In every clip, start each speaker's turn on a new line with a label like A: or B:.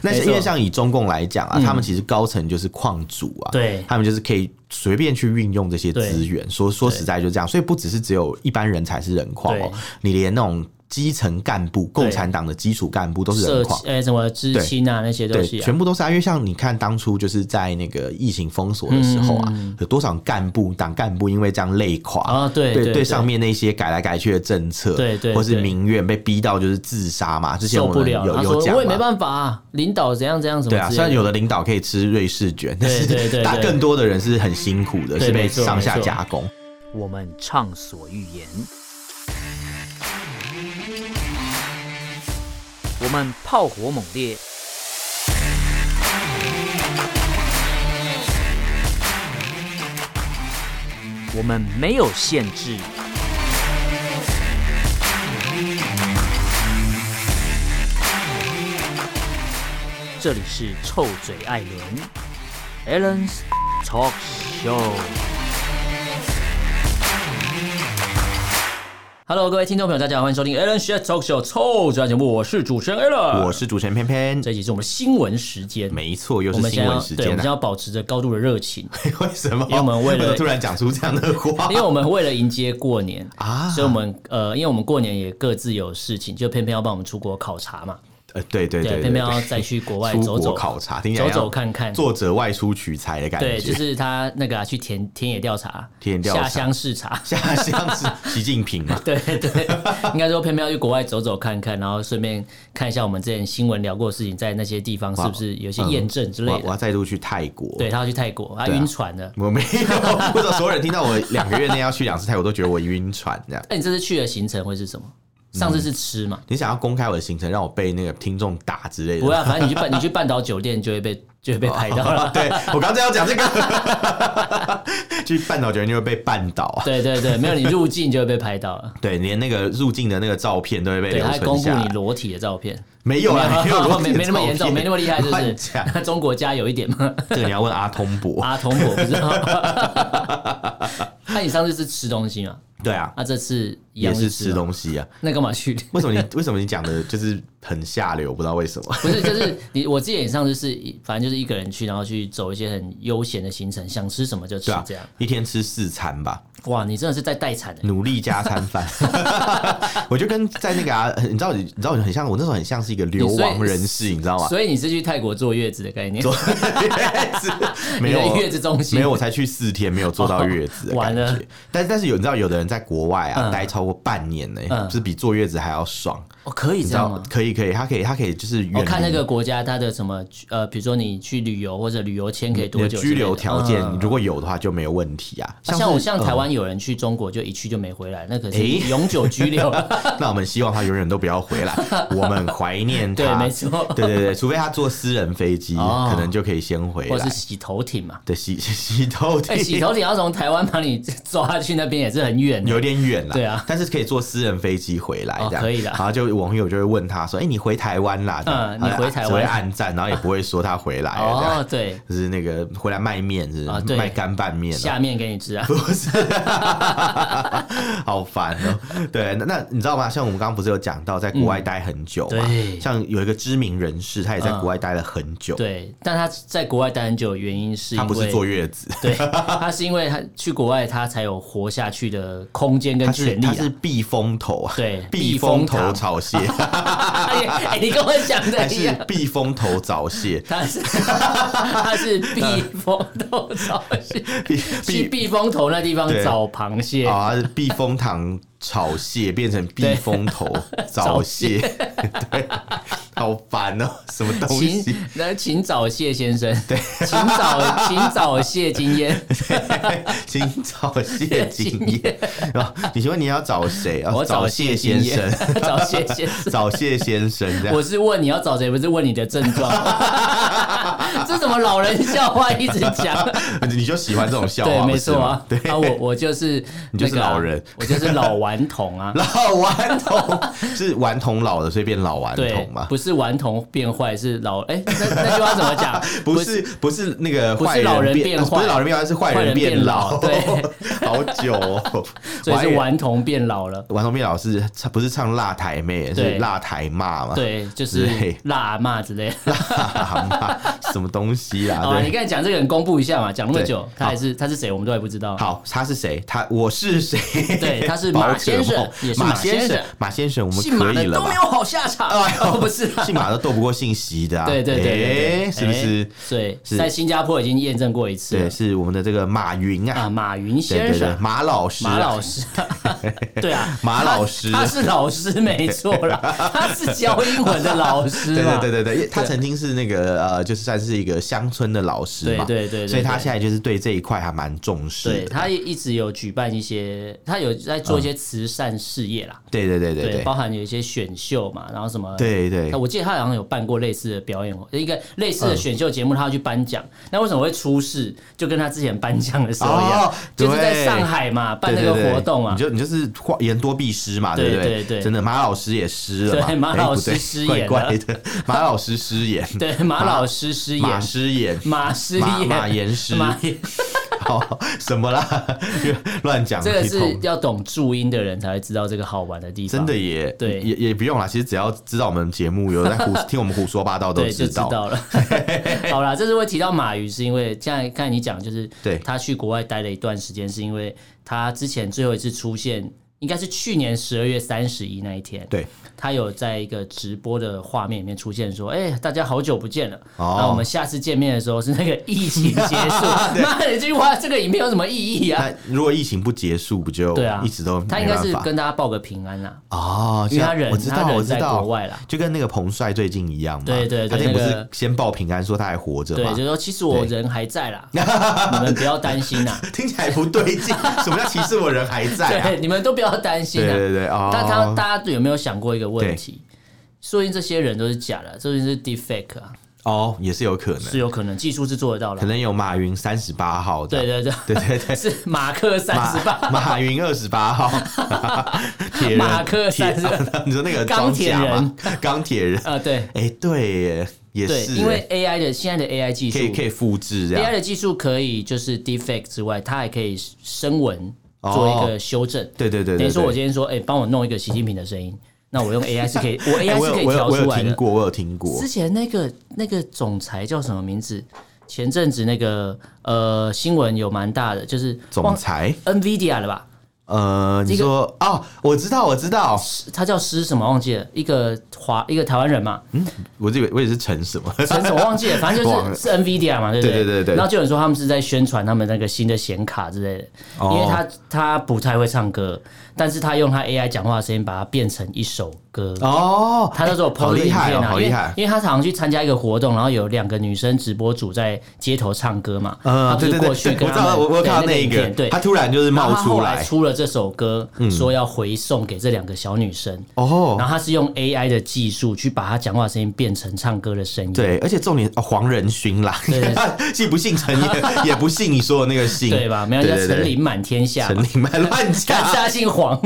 A: 但
B: 没
A: 是
B: 错
A: 因为像以中共来讲啊，
B: 嗯
A: 他们其实高层就是矿主啊，
B: 对
A: 他们就是可以随便去运用这些资源。说说实在就这样，所以不只是只有一般人才是人矿哦
B: 对，
A: 你连那种基层干部、共产党的基础干部都是
B: 社
A: 人矿。
B: 呃什么知青啊那些东
A: 对，
B: 西啊，
A: 全部都是啊，因为像你看当初就是在那个疫情封锁的时候啊，有多少干部、党干部因为这样累垮
B: 嗯啊对
A: 对
B: 对对
A: 上面那些改来改去的政策，
B: 对对
A: 或是
B: 对
A: 民怨被逼到就是自杀嘛，之前
B: 受
A: 我
B: 不
A: 们
B: 了
A: 有
B: 他
A: 有
B: 说
A: 讲
B: 我也没
A: 嘛。
B: 办法啊，领导怎样怎样什
A: 对
B: 么
A: 啊，
B: 之
A: 虽然
B: 类的。
A: 有的领导可以吃瑞士卷，但
B: 对对
A: 是
B: 对
A: 大
B: 对
A: 更多的人是很辛苦的，
B: 对
A: 是被
B: 没错
A: 上下
B: 没错
A: 加工。
C: 我们畅所欲言；我们炮火猛烈；我们没有限制。这里是臭嘴艾伦 a l l e n s Talk Show。
B: Hello，各位听众朋友，大家好，欢迎收听 Alan s h a t Talk Show 臭嘴巴节目，我是主持人 Alan，
A: 我是主持人偏偏，
B: 呃这一集是我们新闻时间，
A: 没错，又
B: 我
A: 是
B: 们
A: 新
B: 先
A: 闻
B: 要
A: 时
B: 对，我
A: 间
B: 们先
A: 啊。
B: 要保持着高度的 热情，
A: 为什么？
B: 因为我们为 了
A: 什么突然讲出这样的话
B: 因为我们为了迎接过年
A: 啊
B: 所以我们呃，因为我们过年也各自有事情，就偏偏要帮我们出国考察嘛，
A: 呃，对对对，
B: 偏
A: 对
B: 偏要再去国外
A: 出
B: 走
A: 国
B: 走
A: 考察，听起来
B: 走
A: 像
B: 走看看。
A: 作者外出取材的感觉，
B: 对，就是他那个、啊、去田田野调查、
A: 田野调查。
B: 下乡视察
A: 下像是习近平
B: 。
A: 嘛
B: 对对，应该说偏偏要去国外走走看看，然后顺便看一下我们之前新闻聊过的事情，在那些地方是不是有一些验证之类
A: 我我
B: 的。
A: 要再度去泰国，
B: 对，他要去泰国，他
A: 对啊
B: 晕船了。
A: 我 没有，不知道所有人听到我两个月内要去两次泰国，都觉得我晕船这样。
B: 那、你这次去的行程会是什么？上次是吃嘛？
A: 你想要公开我的行程，让我被那个听众打之类的
B: 不？要，啊反正你去半你去半岛酒店就会被就会被拍 到了。
A: 啊对我刚才要讲这个， 去半岛酒店就会被绊倒啊！
B: 对对对，没有你入境就会被拍到了。
A: 对，连那个入境的那个照片都会 被
B: 对，
A: 留
B: 他还
A: 存
B: 公布
A: 下
B: 你
A: 来。
B: 裸体的照片，
A: 没有啊， 没有裸体
B: 没
A: 的
B: 没那么严重，
A: 照片
B: 没那么厉害，就
A: 乱
B: 是
A: 讲。
B: 那中国家有一点吗？
A: 这个你要问阿通博。
B: 阿童我不知 道。那你上次是吃东西嘛？
A: 对啊，
B: 那这次一
A: 也
B: 样
A: 是
B: 吃
A: 吃
B: 吗
A: 东西啊。
B: 那干嘛去？
A: 为什么你为 什么你讲的就是很下流？不知道为什么。
B: 不是，就是你，我之前上次是反正就是一个人去，然后去走一些很悠闲的行程，想吃什么就吃
A: 对啊
B: 这样。，
A: 一天吃四餐吧，
B: 哇，你真的是在待产的、
A: 努力加餐 饭。我就跟在那个啊，你知道，你知道，很像我那时候很像是一个流亡人士，你知道吗？
B: 所以你是去泰国坐月子的概 念，
A: 没有
B: 你的月子中心
A: 没有，我才去四天，没有做到月子的感
B: 哦完
A: 觉
B: 了。
A: 但但是有你知道，有的人在国外啊
B: 嗯
A: 待超过半年呢，
B: 嗯
A: 就是比坐月子还要爽。
B: 哦，可以
A: 你
B: 这
A: 知
B: 样
A: 道
B: 吗？，
A: 可以可以，他可以他可以就是
B: 我
A: 远
B: 看那
A: 离
B: 个国家它的什么呃，比如说你去旅游或者旅游签可以
A: 你
B: 多
A: 的
B: 久之
A: 居
B: 类的
A: 留条件
B: 嗯，
A: 如果有的话就没有问题啊。
B: 啊像我
A: 是
B: 像
A: 嗯
B: 台湾有人去中国就一去就没回来，那可是
A: 诶啊
B: 永久居 留。
A: 那我们希望他永远都不要 回来，我们怀念他。
B: 对没错
A: 对对对，除非他坐私人飞机，
B: 哦
A: 可能就可以先回
B: 或
A: 来
B: 是。洗头艇嘛。
A: 对，洗 洗头
B: 哎、
A: 艇，
B: 洗头艇要从台湾把你抓去那边也是很远的。
A: 有点远啦。
B: 对啊
A: 但是可以坐私人飞机回来
B: 哦
A: 这样。
B: 可以的
A: 然后就网友就会问他说：“哎，你回台湾啦？”这样
B: 嗯你回台湾
A: 只会暗赞，然后也不会说他回来了。这
B: 哦
A: 样，
B: 对，
A: 就是那个回来卖面，是不是
B: 啊对
A: 卖干拌面啊。
B: 下面给你吃啊。
A: 不是，好烦哦、对，那那你知道吗？像我们刚刚不是有讲到，在国外待很久嘛、
B: 嗯对
A: 像有一个知名人士，他也在
B: 嗯
A: 国外待了很久。
B: 对，但他在国外待很久，原因是因
A: 他
B: 为
A: 不是坐月子，
B: 对，他是因为他去国外，他才有活下去的空间跟
A: 他是
B: 权利
A: 他
B: 啊。
A: 是避风头啊，
B: 对
A: 避风
B: 避
A: 头
B: 风塘
A: 早泄，
B: 哎、哎你跟我讲
A: 还
B: 的一
A: 是
B: 样。
A: 避风头早
B: ？
A: 泄
B: 他是他是 避风头找蟹，
A: 避
B: 去避风头那地方
A: 对
B: 找螃蟹。
A: 啊，他是避风塘炒蟹变成避
B: 对
A: 风头早泄， 对，好烦哦、什么东
B: 请
A: 西？
B: 那请找谢先生，对， 请找请找谢 金燕，
A: 请找谢金燕。然后哦你请问你要找谁啊？
B: 我
A: 找
B: 谢
A: 谢先
B: 金燕
A: 生，
B: 找谢先生。
A: 找谢先生这样
B: 我。是问你要找谁，不是问你的症状。这怎么老人笑话一直 讲？
A: 你就喜欢这种笑话，
B: 对，
A: 不
B: 没
A: 是
B: 错
A: 吗
B: 啊。
A: 对，
B: 啊，我我就是
A: 你就是
B: 那个啊
A: 老人
B: 我就是老顽童啊。
A: 老顽童是顽童老了，所以变 老顽
B: 对
A: 童，嘛。？
B: 不是顽童变坏，是老哎、那那句话怎么讲
A: 不是不是那个
B: 不是
A: 坏
B: 老人
A: 变，
B: 变坏
A: 不是老人变坏，是坏
B: 坏人
A: 变
B: 变老对，
A: 好久哦。
B: 所以
A: 我还以
B: 是
A: 为
B: 顽童变 老了。
A: 顽童变老是唱不是唱辣台妹，是
B: 对
A: 辣台骂嘛？，
B: 对，就
A: 对
B: 是辣阿骂之类的。
A: 什么东西啊？
B: 好啊，
A: 对
B: 你，刚才讲这个人公布一下嘛，讲那么
A: 对
B: 久，他还是他是谁，我们都还不知道。
A: 好，他是谁？他我是谁？
B: 对他是 马
A: 宝可梦
B: 先生也是
A: 马
B: 马先
A: 生
B: 生，
A: 马先生，我们
B: 姓马
A: 可
B: 的
A: 以了
B: 都没有
A: 吧？
B: 好下场。
A: 哎呦
B: 哦，不是啦，
A: 姓马都斗不过姓席的啊！
B: 对对对对对
A: 哎是不是？
B: 对，
A: 是
B: 在新加坡已经验证过一次
A: 对，
B: 了
A: 是我们的这个马云
B: 啊，
A: 啊，
B: 马云
A: 对
B: 先
A: 对对，
B: 生。
A: 马老师啊，
B: 马 老师，对啊，
A: 马
B: 他
A: 老师
B: 他是 老师没错啦，他是教英文的老师
A: 对
B: 嘛，
A: 对对对对，因为他曾经是那个呃，就是算是一个乡村的老师嘛，
B: 对对对对
A: 所以他
B: 对
A: 现在就是对这一块还蛮重视
B: 对
A: 的。
B: 他也一直有举办一些，他有在做一些慈善事业啦，
A: 对对嗯对对
B: 对，
A: 对
B: 包含有一些选秀嘛，然后什么，
A: 对对嗯
B: 那我记得他好像有办过类似的表演，一个类似的选秀节目，他要去颁奖，那为什么会出事？就跟他之前颁奖的时候一样
A: 哦，
B: 就是在
A: 对
B: 上海嘛办那
A: 对
B: 个
A: 对对
B: 活动嘛啊
A: 你，就你就是花言多必失嘛，
B: 对
A: 不对
B: 对对
A: 真的马老师也失了嘛，
B: 对马
A: 哎
B: 老
A: 不
B: 师
A: 对
B: 失言了
A: 怪怪的， 马老师失言，
B: 对，马老师失
A: 马
B: 言，
A: 失 言，
B: 马失
A: 马
B: 言，
A: 马言师
B: 马 言，
A: 好什么啦？ 乱讲
B: 这个
A: 一
B: 是
A: 通。
B: 要懂注音的人才会知道这个好玩的地方，
A: 真的也
B: 对
A: 也也不用啦，其实只要知道我们节目有 在胡听我们胡说八道都
B: 对，就知
A: 道，
B: 道了。好啦，这次会提到马云，是因为现在看你讲，就是
A: 对
B: 他去国外待了一段时间，是因为他之前最后一次出现，应该是去年十二月三十一那一天，
A: 对，
B: 他有在一个直播的画面里面出现，说：“哎、大家好久不见了。
A: 哦
B: 那我们下次见面的时候是那个疫情结 束。妈的，这句话这个影片有什么意义啊？
A: 那如果疫情不结束，不就
B: 对啊，
A: 一直都
B: 他
A: 没
B: 应该
A: 办
B: 是
A: 法
B: 跟大家报个平安啦。
A: 哦，
B: 因为他
A: 这样
B: 人
A: 我知
B: 他
A: 道
B: 人
A: 我知
B: 在
A: 道，
B: 国外啦
A: 就跟那个彭帅最近一样嘛。
B: 对对对
A: 他之前不
B: 那
A: 是
B: 个
A: 先报平安说他还活着
B: 对，
A: 吗
B: 就是？说其实我
A: 对
B: 人还 在啦，你们不要担心啦。
A: 听起来不对 劲，什么叫歧视我人还在啊？
B: 对，你们都不要担心
A: 对
B: 啊。
A: 对对哦，
B: 但他大家有没有想过一个问题？说不定这些人都是假的，说不定是 deepfake 啊，
A: 哦也是有可能，
B: 是有可能技术是做得到
A: 可
B: 的。
A: 能有马云三十八号这
B: 对
A: 样，
B: 对对，
A: 对对对。
B: 是马克三
A: 马
B: 十八，
A: 马云二十八 号，铁人
B: 马克
A: 铁
B: 32
A: 你说那个
B: 钢铁
A: 装甲吗，钢铁 人，
B: 啊，对
A: 哎，对耶，也
B: 对，
A: 是耶，欸
B: 因为 AI 的现在的 AI 技术
A: 可以可啊以复制这
B: ，AI
A: 样，
B: 的技术可以就是 deepfake 之外，它还可以声纹做一个修正。
A: 对哦对对对。
B: 等于说我
A: 对
B: 今天说，哎，帮我弄一个习近平的声音，那我用 AI 是可以，我
A: 哎
B: AI
A: 我
B: 是可
A: 有
B: 以
A: 我有
B: 调
A: 我有
B: 出来
A: 听
B: 的。
A: 过，我有听过
B: 之，前那个那个总裁叫什么名字？前阵子那个呃新闻有蛮大的，就是
A: 总
B: 忘
A: 裁，
B: NVIDIA 了吧？
A: 呃，你
B: 这个
A: 说哦，我知道，我知道，
B: 他叫施什么忘记了，一个华一个台湾人嘛，
A: 我以为我也是陈什么，
B: 陈什么忘记了，反正
A: 忘
B: 就
A: 了
B: 是是 NVIDIA 嘛，对不
A: 对
B: 对
A: 对对对
B: 然后就有人说他们是在宣传他们那个新的显卡之类的，
A: 哦
B: 因为他他不太会唱歌，但是他用他 AI 讲话的声音把它变成一首歌。
A: 哦，
B: 他那时候有 PO
A: 好
B: 了
A: 厉
B: 影
A: 害
B: 片
A: 哦，
B: 啊，
A: 好
B: 因
A: 厉
B: 为
A: 害，
B: 因为他常常去参加一个活动，然后有两个女生直播主在街头唱歌嘛，
A: 嗯
B: 他，不
A: 对
B: 是
A: 对
B: 过
A: 对
B: 去
A: 对，
B: 跟
A: 我知
B: 他
A: 道，
B: 们
A: 我我有
B: 对
A: 看到
B: 那
A: 那
B: 个
A: 一
B: 影
A: 个
B: 片，对，
A: 他突然就是
B: 然后
A: 冒
B: 他
A: 出
B: 后来
A: 来，嗯
B: 出了这首歌，说要回送给这两个小女生，
A: 哦
B: 然，后他是用 AI 的技术去把他讲话的声音变成唱歌的声音，
A: 对，而且重点哦黄仁勋啦， 信不信陈也也不信你说的那个信，
B: 对吧？没有
A: 对
B: 叫
A: 对
B: 陈
A: 对
B: 琳满天下
A: 陈
B: 嘛，
A: 林满乱
B: 但是
A: 讲，
B: 他姓 黄，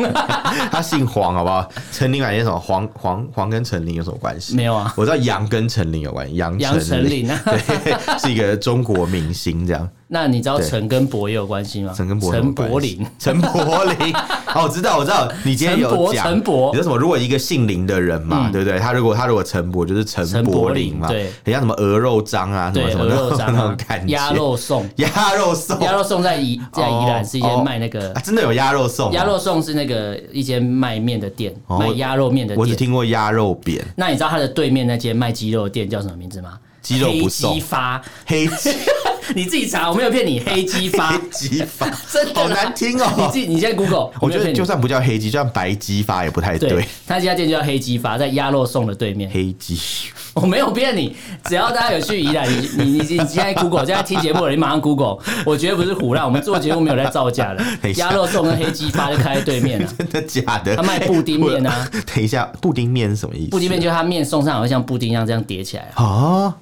A: 他姓黄，好不好？陈林满有什么黄黄黄跟陈林有什么关系？
B: 没有啊
A: 我知道杨跟陈林有关系，杨
B: 杨
A: 丞
B: 丞
A: 琳
B: 琳啊。
A: 对，是一个中国明星这样。
B: 那你知道
A: 对
B: 陈跟博也有关系吗？
A: 陈跟柏有
B: 陈
A: 关
B: 柏
A: 系
B: 霖，，
A: 陈柏霖， 哦，我知道，我知道，你今天
B: 陈
A: 有
B: 柏
A: 讲
B: 陈柏
A: 你说什么？如果一个姓林的人嘛，
B: 嗯
A: 对不对？他如果他如果陈柏就是陈
B: 陈
A: 柏
B: 柏
A: 霖
B: 霖
A: 嘛，
B: 对
A: 很像什么鹅肉章啊，什么
B: 对，
A: 什么
B: 鹅
A: 那
B: 肉
A: 种
B: 章
A: 那
B: 啊
A: 种感，觉，
B: 鸭肉送，
A: 鸭肉送
B: 鸭肉送在宜在宜兰
A: 哦
B: 是一间卖那个
A: 啊，真的有鸭肉送啊，
B: 鸭肉送是那个一间卖面的店，
A: 哦
B: 卖鸭肉面的
A: 我只
B: 店。
A: 听过鸭肉扁，
B: 那你知道它的对面那间卖鸡肉的店叫什么名字吗？
A: 鸡肉不
B: 黑
A: 送
B: 鸡发，
A: 黑鸡
B: 你自己查，我没有骗你，黑鸡发
A: 黑鸡发，
B: 真的啦
A: 好难听哦
B: 你自己你现在 Google，
A: 我觉
B: 没有
A: 得
B: 骗你
A: 就算不叫黑鸡，就算白鸡发也不太对
B: 对。，他这家店就叫黑鸡发，在鸭肉送的对面。
A: 黑鸡，
B: 我没有骗你，只要大家有去宜兰，你你你你现在 Google，现在听节目的人你马上 Google，我绝对不是胡乱，我们做节目没有在造假的
A: 等一。下
B: 鸭肉送跟黑鸡发就开在对面了。
A: 真的假的？
B: 他卖布丁面啊
A: 我 等一下，布丁面是什么意思？
B: 布丁面就是它面送上好像像布丁一样这样叠起来啊，
A: 啊，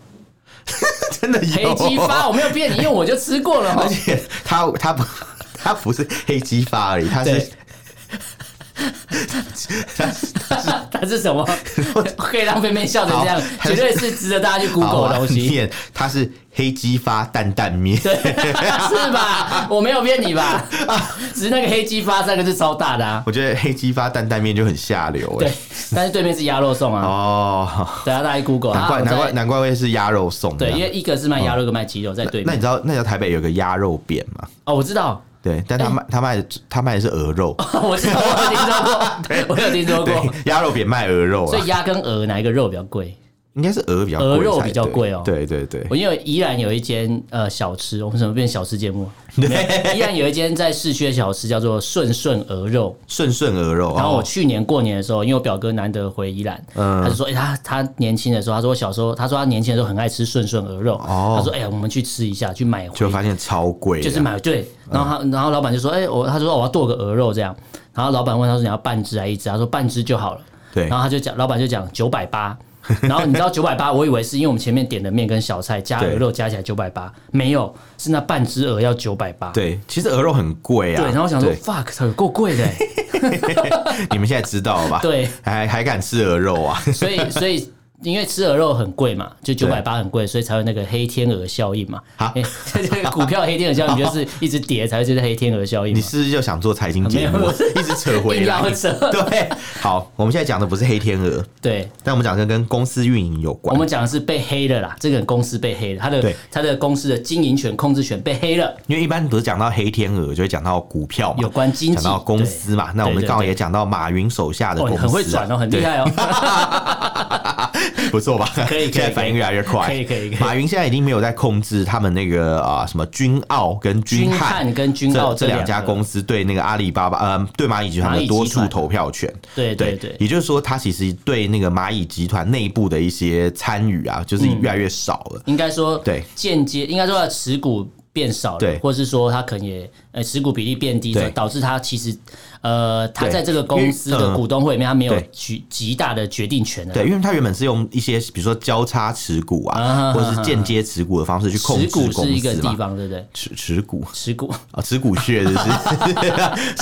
A: 真的有
B: 黑激发，我没有骗你，因为我就吃过了
A: 而
B: 嘛。
A: 且他他不他不是黑激发而已，他是
B: 对它是什么？可以让妹妹笑成这样
A: 好，它
B: 绝
A: 是
B: 对是值得大家去
A: 好
B: Google
A: 啊
B: 的东西，
A: 念他是黑激发担担面，
B: 对， 是吧？我没有骗你吧？只是那个黑鸡发三个字超大的啊，
A: 我觉得黑激发担担面就很下流哎、
B: 对，但是对面是鸭肉粽啊，
A: 哦，
B: 等下大家 Google，
A: 难怪
B: 啊
A: 难怪
B: 我在
A: 难怪会是鸭肉送的啊
B: 对，因为一个是卖鸭肉，一个卖鸡肉，在对
A: 那你
B: 面。
A: 知道那条台北有个鸭肉扁吗？
B: 哦，我知道，
A: 对，但他卖他卖的他卖的是鹅肉，
B: 我知道，我有听 说过，我有听说 过。
A: 对，鸭肉扁卖鹅肉
B: 所
A: 啊
B: 以，鸭跟鹅哪一个肉比较贵？
A: 应该是鹅比较贵
B: 鹅肉
A: 才
B: 比较
A: 对
B: 贵哦
A: 对对对，
B: 我因为宜兰有一间呃小吃，我们怎么变小吃节目啊？没有宜兰有一间在市区的小吃叫做顺顺鹅肉。
A: 顺顺鹅肉。
B: 然后我
A: 哦
B: 去年过年的时候，因为我表哥难得回宜兰，
A: 嗯
B: 他就说，哎、他他年轻的时候，他说我小时候，他说他年轻的时候很爱吃顺顺鹅肉，
A: 哦
B: 他说，哎、呀，我们去吃一下，去买回
A: 就嗯发现超贵的，
B: 就是买对，然后他然后老板就说，哎、我他说我要剁个鹅肉这样，然后老板问他说你要半只还一只，他说半只就好了，
A: 对
B: 然后他就讲老板就讲九百八。然后你知道九百八，我以为是因为我们前面点的面跟小菜加鹅肉加起来九百八，没有，是那半只鹅要九百八。
A: 对，其实鹅肉很贵啊。
B: 对，然后我想说
A: 对
B: fuck，它有够 贵的欸，
A: 你们现在知道了吧？
B: 对
A: 还还敢吃鹅肉啊？
B: 所以所以因为吃鹅肉很贵嘛，就九
A: 对
B: 百八很贵，所以才有那个黑天鹅效应嘛。
A: 啊
B: 欸，这个股票黑天鹅效应就是一直跌才会就是黑天鹅效应
A: 你
B: 嘛。
A: 是不是就想做财经节目
B: 没有，
A: 一直扯回
B: 硬
A: 来
B: 要？扯
A: 对，好，我们现在讲的不是黑天鹅，
B: 对，
A: 但我们讲的跟公司运营有关
B: 我。们讲的是被黑了啦，这个公司被黑了，他的
A: 对哦
B: 他的公司的经营权、控制权被黑了，
A: 因为一般不是讲到黑天鹅，就会讲到股票嘛，
B: 有关经济
A: 讲到公司嘛。那我们
B: 对对
A: 刚好
B: 对
A: 也讲到马云手下的
B: 哦，
A: 公
B: 你
A: 司、啊，
B: 很会转哦，很厉害哦，
A: 对，不错吧？
B: 可以可以
A: 现在反应越来越快，
B: 可以可以可以
A: 马云现在已经没有在控制他们那个啊什么军澳跟
B: 军
A: 汉
B: 汉跟军澳
A: 这
B: 两
A: 两家公
B: 司，
A: 司对那个阿里巴巴，呃，对蚂蚁集团
B: 蚂
A: 的
B: 蚁集
A: 多数
B: 团
A: 投票权。
B: 对对对，
A: 也就是说，他其实对那个蚂蚁集团内部的一些参与啊，就是
B: 嗯
A: 越来越少了。
B: 应该说
A: 对
B: 间接，应该说它的持股变少了
A: 对，
B: 或是说它可能也呃持股比例变低，
A: 对
B: 导致它其实呃它
A: 对
B: 在这个公司
A: 因为
B: 的
A: 呃
B: 股东会里面，它没有
A: 对
B: 极极大的决定权的，
A: 对，因为他原本是用一些比如说交叉持股啊，
B: 啊
A: 或者是间接持股的方式去控
B: 持
A: 制公
B: 股
A: 司
B: 是一个
A: 嘛
B: 地方，对不对？
A: 持持股
B: 持股
A: 啊，持股穴就是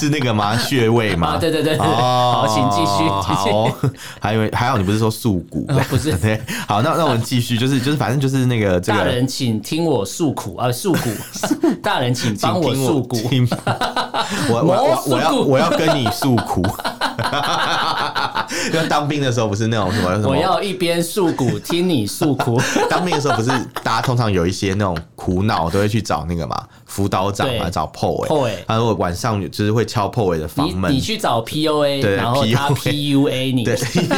A: 是 那个吗？穴位吗？
B: 啊，对对对对，
A: 哦，
B: 好，请继续 继
A: 好
B: 续。啊
A: 哦，还有还好，你不是说素 股？
B: 不 是
A: 对，好，那那我们继续，就是就是，反正就是那个这
B: 大
A: 个，
B: 人请听我诉苦啊，诉苦， 大人请
A: 请
B: 帮我
A: 听
B: 诉苦。
A: 请 我我我我要
B: 谋诉苦
A: 我要跟你诉 苦。就当兵的时候不是那种什么什么，
B: 我要一边诉苦，听你诉 苦。
A: 当兵的时候不是大家通常有一些那种苦恼，都会去找那个嘛辅导长啊，
B: 对
A: 找 PO 哎、
B: PO 欸
A: 然后晚上就是会敲 PO 哎的房
B: 你
A: 门，
B: 你去找 PUA，
A: 对
B: 然后他 PUA 你
A: 对，因为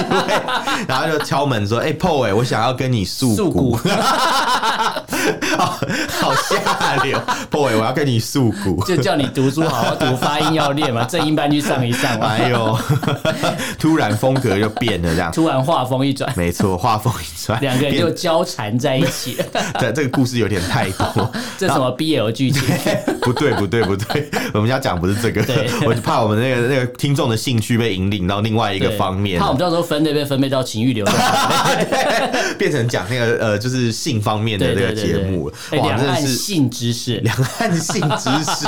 A: 然后就敲门说：“哎、p o 哎，我想要跟你诉
B: 诉
A: 苦
B: 苦，
A: 好好下流 p o 哎，我要跟你诉 苦。”
B: 就叫你读书好好读，发音 要练嘛，正音班去上一上嘛。
A: 哎 呦，突然风格就变了，这样
B: 突然画风一 转，
A: 没错，画风一转，
B: 两个人就
A: 变
B: 交缠在一起，
A: 对这个故事有点太多，
B: 这什 么 BL 剧情？
A: 不对，不对，不对，我们要讲不是这个
B: 对，
A: 我就怕我们那个那个听众的兴趣被引领到另外一个
B: 对
A: 方面
B: 怕，我们到时候分类被分配到情欲流 动。
A: 变成讲那个呃，就是性方面的
B: 对
A: 这
B: 对
A: 个
B: 对
A: 节
B: 对
A: 目了，，
B: 哎
A: 哇，
B: 两
A: 真的
B: 岸
A: 是
B: 性知识。
A: 两岸性知 识，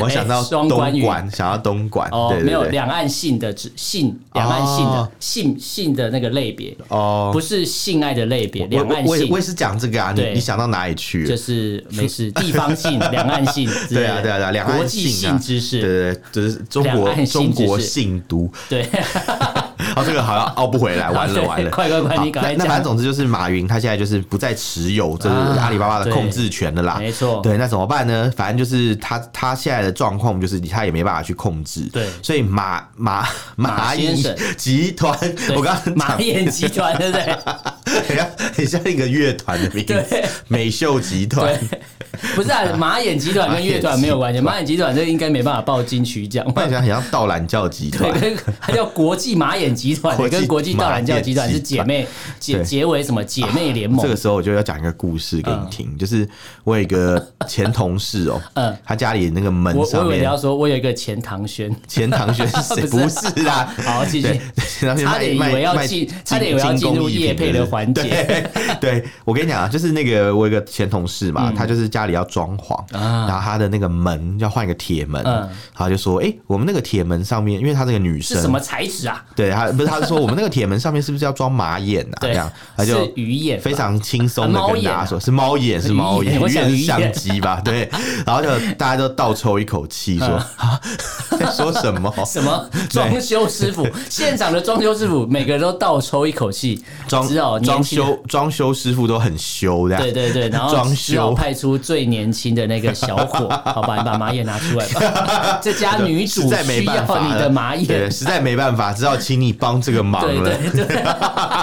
A: 我想到东
B: 哎双关语
A: 莞，想到东莞，
B: 哦
A: 对，对
B: 没有
A: 对
B: 两岸性的指性，两岸性的
A: 哦
B: 性性的那个类别，
A: 哦，
B: 不是性爱的类别，两岸
A: 我我也我
B: 性
A: 也是讲这个啊，你
B: 对
A: 你想到哪里去
B: 就
A: 了？
B: 是 没事，地方性、两岸性之类
A: 对
B: 的，
A: 啊，对啊，对啊，两
B: 国
A: 岸
B: 际
A: 性啊
B: 性知识，
A: 对对对，就是中
B: 两
A: 国
B: 岸性
A: 中国
B: 知识
A: 性毒，
B: 对，
A: 哦，这个好像熬不回来，完了
B: 对
A: 完了，
B: 快快快
A: 好
B: 你赶快
A: 那那
B: 讲
A: 反正总之就是马云他现在就是不再持有这个
B: 啊
A: 阿里巴巴的
B: 对
A: 控制权了啦，
B: 没错
A: 对，那怎么办呢？反正就是他他现在的状况就是他也没办法去控制，
B: 对
A: 所以马马
B: 马
A: 蚂蚁
B: 先生
A: 集团，
B: 对
A: 我刚刚
B: 马
A: 讲哎
B: 眼集团，对不对？
A: 很像很像一个乐团的名字
B: 对，
A: 美秀集团
B: 对。 不是啊，马眼集团跟乐团没有关系，马眼集团这应该没办法报金曲奖吧
A: 看？起来很像道兰教集
B: 对，
A: 团，
B: 跟它叫国际马眼集团，
A: 国际
B: 跟国际道兰教集团是姐妹姐
A: 对啊
B: 结为什么姐妹联盟
A: 这？个时候我就要讲一个故事给你听，就是我有一个前同事哦、
B: 嗯
A: 他家里那个门
B: 我我
A: 上
B: 以为
A: 面
B: 你要说，我有一个钱唐轩，
A: 钱塘轩是谁？
B: 不
A: 不
B: 是啊
A: 是啦，
B: 好继续
A: 对，然后就
B: 差点以
A: 卖
B: 为要
A: 卖
B: 进
A: 卖
B: 差点以为要
A: 精
B: 进
A: 工
B: 入
A: 艺
B: 业
A: 品
B: 配的
A: 对
B: 环节
A: 对，对我跟你讲啊，就是那个我有一个前同事嘛，他就是家里要装潢，
B: 嗯啊
A: 然后他的那个门要换一个铁门，
B: 嗯
A: 然后就说，哎，我们那个铁门上面，因为她这个女
B: 是什
A: 生
B: 么。材质啊？
A: 对，他不是，他是说我们那个铁门上面是不是要装马眼啊？这
B: 对
A: 样，，他就是
B: 鱼眼吧，
A: 非常轻松的
B: 啊猫
A: 跟
B: 眼
A: 大
B: 啊
A: 家说，是猫眼， 是
B: 鱼
A: 猫
B: 眼
A: 眼，
B: 我想
A: 是
B: 鱼
A: 相
B: 眼
A: 机吧？对，然后就大家都倒抽一口气，说啊，
B: 嗯
A: 在说什么？
B: 什么装修师傅，现场的装修师傅每个人都倒抽一口气，只好
A: 装
B: 年
A: 装
B: 轻的
A: 修装修师傅都很修的，
B: 对对对，然后
A: 装
B: 只好
A: 修
B: 派出最年轻的那个小伙，好吧，你把马眼拿出来 吧。这家女主
A: 实在没
B: 需要
A: 办法了，
B: 你的马
A: 对，
B: 眼，
A: 实在没办法，只好请你帮这个忙
B: 对
A: 了。
B: 对对，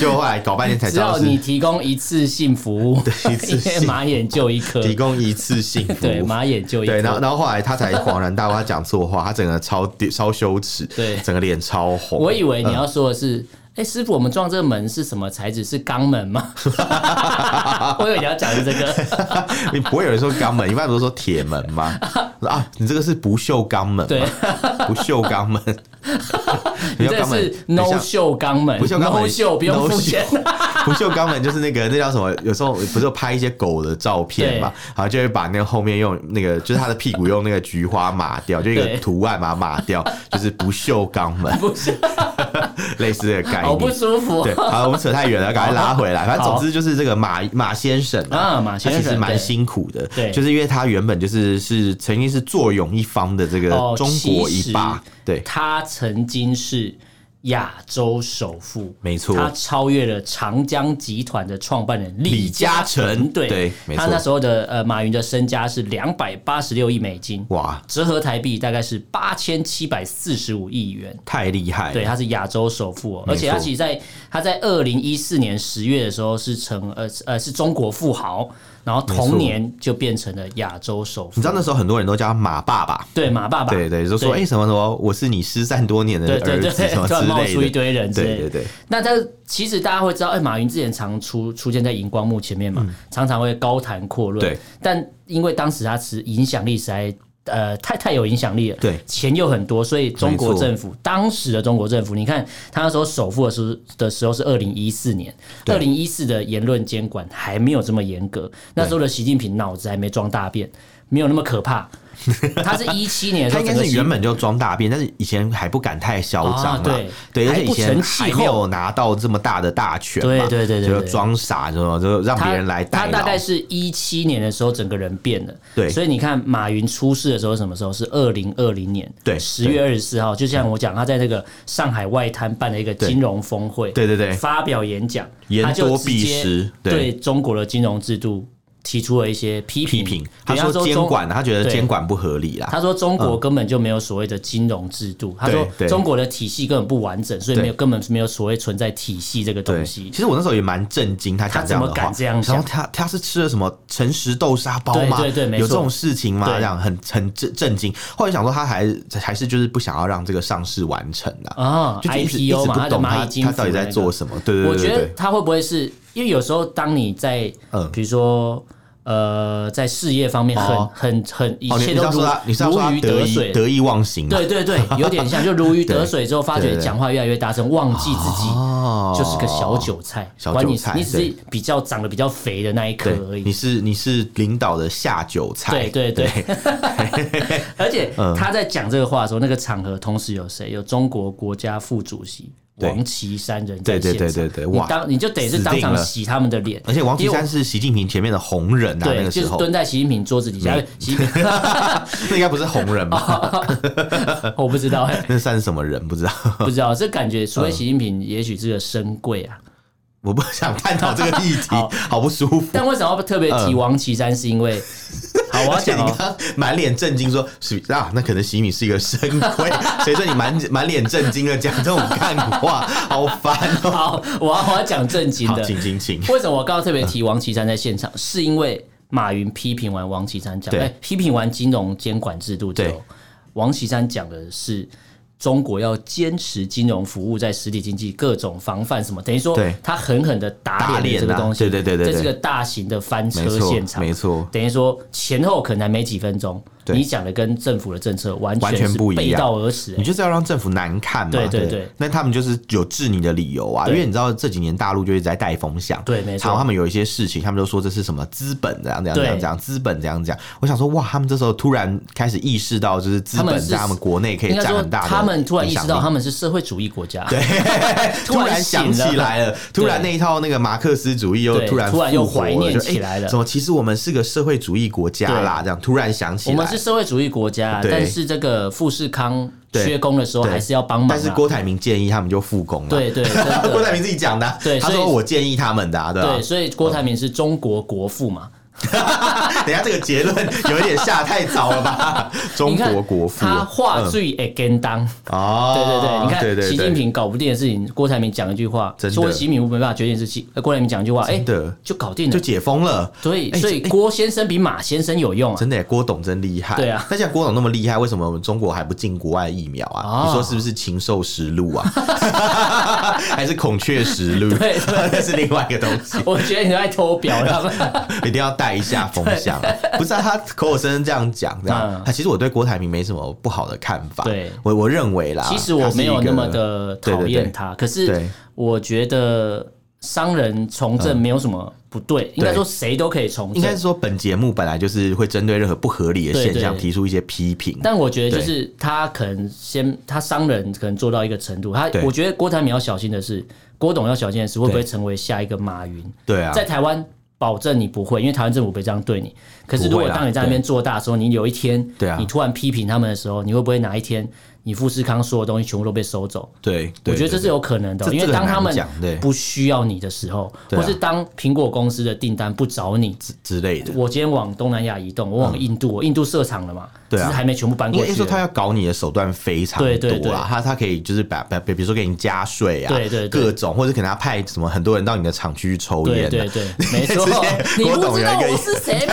A: 就后来搞半天才知
B: 只
A: 道
B: 好
A: 是
B: 你提供一次性服务，
A: 一次性
B: 因为马眼就一颗，
A: 提供一次性服
B: 对，
A: 务。
B: 马眼就一
A: 对，然后
B: 颗。
A: 然后后来他才恍然大悟，他讲错话，他整个超超羞耻，
B: 对
A: 整个脸超红。
B: 我以为你要说的是。哎、师傅，我们撞这个门是什么材质？是钢门吗？ 我以为你要讲的这个，
A: 你不会有人说肛门，一般不是说铁门吗？说啊，你这个是不锈钢门
B: 对
A: 吗？不锈钢门，不
B: 你
A: 锈
B: 这
A: 钢门
B: 是 no
A: 很像
B: 锈钢门
A: 不锈钢门
B: ，no 哎锈不用
A: no
B: 付钱。
A: 不锈钢门就是那个那叫什么？有时候不是有拍一些狗的照片嘛，然后就会把那个后面用那个就是它的屁股用那个菊花码掉，就一
B: 对
A: 个图案把它码 掉，就是不锈钢门，
B: 不是，
A: 类似的概
B: 好不
A: 念。
B: 舒服
A: 对，好，我们扯太远了，赶快拉回来。反正
B: 好
A: 总之就是这个马马先生
B: 啊！马
A: 他
B: 先
A: 其
B: 生
A: 实蛮
B: 对
A: 辛苦的，
B: 对
A: 就是因为他原本就是是曾经是坐拥一方的这个
B: 哦
A: 中国一霸，
B: 其
A: 对，
B: 他曾经是亚洲首富，
A: 没错
B: 他超越了长江集团的创办人李
A: 李
B: 嘉
A: 嘉诚
B: 对，
A: 对没
B: 他
A: 错
B: 那时候的呃马云的身家是两百八十六亿美金，
A: 哇，
B: 折合台币大概是八千七百四十五亿元。
A: 太厉害了，
B: 对，他是亚洲首富、哦，
A: 哎没错
B: 而且他其实在他在二零一四年十月的时候是成呃呃是中国富豪，然后
A: 没
B: 同
A: 错
B: 年就变成了亚洲首富。
A: 你知道那时候很多人都叫他马爸爸，
B: 对马爸爸，
A: 对对，就说哎、
B: 对
A: 什么什么，我是你失散多年的
B: 对对
A: 儿
B: 对
A: 子
B: 对，
A: 什么
B: 突然冒
A: 之
B: 出一
A: 类的，
B: 堆人之类
A: 对
B: 的
A: 对对，
B: 那他其实大家会知道，哎、马云之前常出出现在荧光幕前面嘛，常常会高谈阔
A: 嗯
B: 论。
A: 对，
B: 但因为当时他是影响力实在。呃，太太有影响力了，
A: 对
B: 钱又很多，所以中国
A: 没错
B: 政府当时的中国政府，你看他那时候首富的时候的时候是二零一四年，二零一四的言论监管还没有这么严格，那时候的习近平脑子还没装大便，没有那么可怕。他是一七年的时
A: 他
B: 候，
A: 应该
B: 整个
A: 是
B: 习
A: 原本就装大便，但是以前还不敢太嚣张嘛，
B: 啊对
A: 对，而且
B: 还不
A: 以前
B: 成气
A: 还
B: 候
A: 没有拿到这么大的大权嘛，
B: 对对对对
A: 就
B: 对
A: 装傻，什么就让
B: 他
A: 别人来代
B: 他大
A: 劳
B: 概，是一七年的时候，整个人变了。
A: 对
B: 所以你看马云出事的时候是什么时候？是二零二零年，
A: 对
B: 十月二十四号。就像我讲，他在那个上海外滩办了一个金融峰会，
A: 对对对
B: 发表演讲，
A: 言
B: 他就
A: 多
B: 直
A: 必
B: 接
A: 失对
B: 对中国的金融制度提出了一些批
A: 批
B: 评。
A: 评，他
B: 对
A: 说监
B: 中
A: 管，他觉得
B: 对
A: 监管不合理啦，
B: 他说中国根本就没有所谓的金融制度，他说
A: 对
B: 中国的体系根本不完整，所以没有根本没有所谓存在体系这个
A: 对，
B: 东西
A: 其。实我那时候也蛮震惊，他讲这样的
B: 他怎么
A: 话，
B: 敢这样想
A: 然后他他是吃了什么诚实豆沙包吗？
B: 对对对没错
A: 有这种事情吗？
B: 对
A: 这样很很震震惊。后来想说他还还是就是不想要让这个上市完成啊，
B: 啊
A: 就一直一
B: ，IPO
A: 直
B: 嘛，
A: 不
B: 的
A: 懂
B: 蚂
A: 他
B: 蚁金
A: 他
B: 服
A: 到底
B: 的
A: 在
B: 那个
A: 做什么。对对
B: 我觉
A: 对
B: 得
A: 对，
B: 他会不会是因为有时候当你在，
A: 嗯
B: 比如说呃，在事业方面很、
A: 哦
B: 很很一
A: 哦，你
B: 切
A: 你是
B: 都
A: 要
B: 如、
A: 说他，你是要说
B: 如
A: 他
B: 鱼
A: 得
B: 得
A: 意
B: 水，
A: 得意忘形啊？
B: 对对对，有点像，就如鱼得水之后，发
A: 对
B: 觉
A: 对对
B: 讲话越来越大声，忘记自己
A: 哦
B: 就是个小韭菜，
A: 小
B: 管你
A: 韭菜
B: 你只是比较长得比较肥的那一颗
A: 对嗯
B: 而，
A: 你
B: 已。
A: 是你是领导的下酒菜，
B: 对对对，而且
A: 嗯
B: 他在讲这个话的时候，那个场合同时有谁？有中国国家副主席
A: 对
B: 王岐山人在
A: 对对
B: 现场，
A: 对对对
B: 你
A: 哇
B: 当你就得是
A: 死
B: 当
A: 定
B: 场
A: 了
B: 洗他们的脸，
A: 而且王岐
B: 因为我
A: 山是习近平前面的红人啊，那
B: 对，
A: 个时
B: 就是
A: 候嗯
B: 蹲在习近平桌子底下。习近 平，
A: 那应该不是红人
B: 哦
A: 吧？
B: 我不知 道、哎，
A: 那算是什么人？不知道。
B: 不知道这感觉，
A: 嗯
B: 除非习近平也许是个深贵啊。
A: 我不想探讨这个议题，
B: 好
A: 好不舒服。
B: 但为什么要特别
A: 嗯
B: 提王岐山？是 因为，好，我要
A: 而且
B: 讲
A: 你
B: 哦
A: 刚、刚满脸震惊说：“是啊，那可能洗米是一个深闺。”谁说你满满脸震惊的讲这种干话，好烦哦！
B: 好，我要我要讲正经
A: 好，
B: 的。
A: 请请请，
B: 为什么我刚刚特别提王岐山在现场？是因为马云批评完王岐山讲，
A: 对
B: 哎、批评完金融监管制度之后
A: 对，
B: 王岐山讲的是中国要坚持金融服务在实体经济各种防范什么，等于说
A: 对
B: 他狠狠的打
A: 打脸
B: 脸了这个
A: 啊
B: 东西，
A: 对对对对
B: 这是
A: 对
B: 个大型的翻
A: 没
B: 车
A: 错
B: 现场，
A: 没错
B: 等于说前后可能还没几分钟，
A: 对
B: 你讲的跟政府的政策完
A: 完全
B: 是
A: 不一
B: 背
A: 样
B: 道而驰、
A: 你
B: 哎
A: 就是要让政府难看嘛，
B: 对对
A: 对
B: 对
A: 那他们就是有治你的理由啊，因
B: 对
A: 为你知道这几年大陆就一直在带风向，
B: 对没错
A: 然后他们有一些事情，他们就说这是什么资本怎样怎样怎样
B: 对
A: 怎样，资本怎样怎样。我想说，哇，他们这时候突然开始意识到，就是资
B: 他们
A: 本
B: 是
A: 在他们国内可以
B: 哎应该
A: 占
B: 说
A: 很大的
B: 他们突然意识到
A: 影响力
B: 他们是社会主义国家， 对，
A: 突然想起来了，突然那一套那个马克思主义又
B: 对
A: 突然
B: 突然又
A: 复活
B: 怀念
A: 就
B: 起来
A: 诶
B: 了
A: 怎么？其实我们是个社会主义国家啦，这样突然想起
B: 我
A: 来。
B: 们是社会主义国家，啊
A: 对
B: 但是这个富士康
A: 对
B: 缺工的时候
A: 对
B: 还是要帮忙啊。
A: 但是郭台铭建议他们就复工了。
B: 对对真的
A: 郭台铭自己讲的啊，
B: 对
A: 他
B: 所以
A: 说我建议他们的啊，对吧？
B: 对，所以郭台铭是中国国父嘛？
A: 等一下这个结论有一点下太早了吧？中
B: 你看
A: 国国父
B: 他话最哎跟当。
A: 哦，
B: 对对对，你看
A: 对对
B: 习近平搞不定的事情，郭台铭讲一句话，
A: 真的
B: 说习近平没办法决定的事情，呃郭台铭讲一句话，哎
A: 真的，
B: 就搞定了
A: 就。解封了。
B: 所以
A: 哎
B: 所以
A: 这哎
B: 郭先生比马先生有用啊。
A: 真的耶，郭董真厉害。
B: 对啊
A: 那像郭董那么厉害，为什么我们中国还不进国外疫苗啊？
B: 哦
A: 你说是不是禽兽食 禄啊？还是孔雀食禄？
B: 对对
A: 那是另外一个东西，
B: 我觉得你在偷表他们。
A: 一定要带一下风向。不是、啊、他口口声声这样讲，这样
B: 嗯。
A: 啊其实我对郭台铭没什么不好的看法。
B: 对
A: 我我认为啦，
B: 其实我没有那么
A: 啊他是一个。
B: 的
A: 对对
B: 讨
A: 对
B: 厌他，可是
A: 对嗯
B: 我觉得商人从政没有什么不对，应该说谁都可以从
A: 应该
B: 政
A: 是。说，本节目本来就是会针对任何不合理的
B: 对
A: 现
B: 对
A: 象
B: 对
A: 提出一些批评。
B: 但我觉得就是他可能先，他商人可能做到一个程度，他
A: 对
B: 我觉得郭台铭要小心的是，郭董要小心的是会不会
A: 对
B: 成为下一个马云？
A: 对啊，
B: 在台湾保证你不会，因为台湾政府不会这样对你。可是如
A: 不
B: 果
A: 会啦
B: 当你在那边做大的时候，你有一天，
A: 对啊
B: 你突然批评他们的时候，你会不会哪一天你富士康所有东西全部都被收走？
A: 对，
B: 我
A: 对
B: 觉得这
A: 对
B: 是有可能的，哦
A: 这
B: 因为
A: 这个
B: 当
A: 很
B: 他
A: 难
B: 们
A: 讲对
B: 不需要你的时候，
A: 对啊
B: 或是当苹果公司的订单不找你，
A: 之类的。
B: 我今天往东南亚移动，我往印度，我印度设厂了嘛，
A: 嗯对啊
B: 只是还没全部搬
A: 应
B: 过
A: 该
B: 去
A: 说他
B: 而已。
A: 要搞你的手段非常多
B: 对
A: 啦，
B: 对对
A: 他他可以就是把把比如说给你加税啊，
B: 对对对
A: 各种或者可能他派什么很多人到你的厂区去抽烟、
B: 对
A: 啊，
B: 对对， 没错
A: 直接，
B: 你
A: 郭
B: 不
A: 董
B: 知
A: 有
B: 道
A: 一个
B: 我是 谁吗？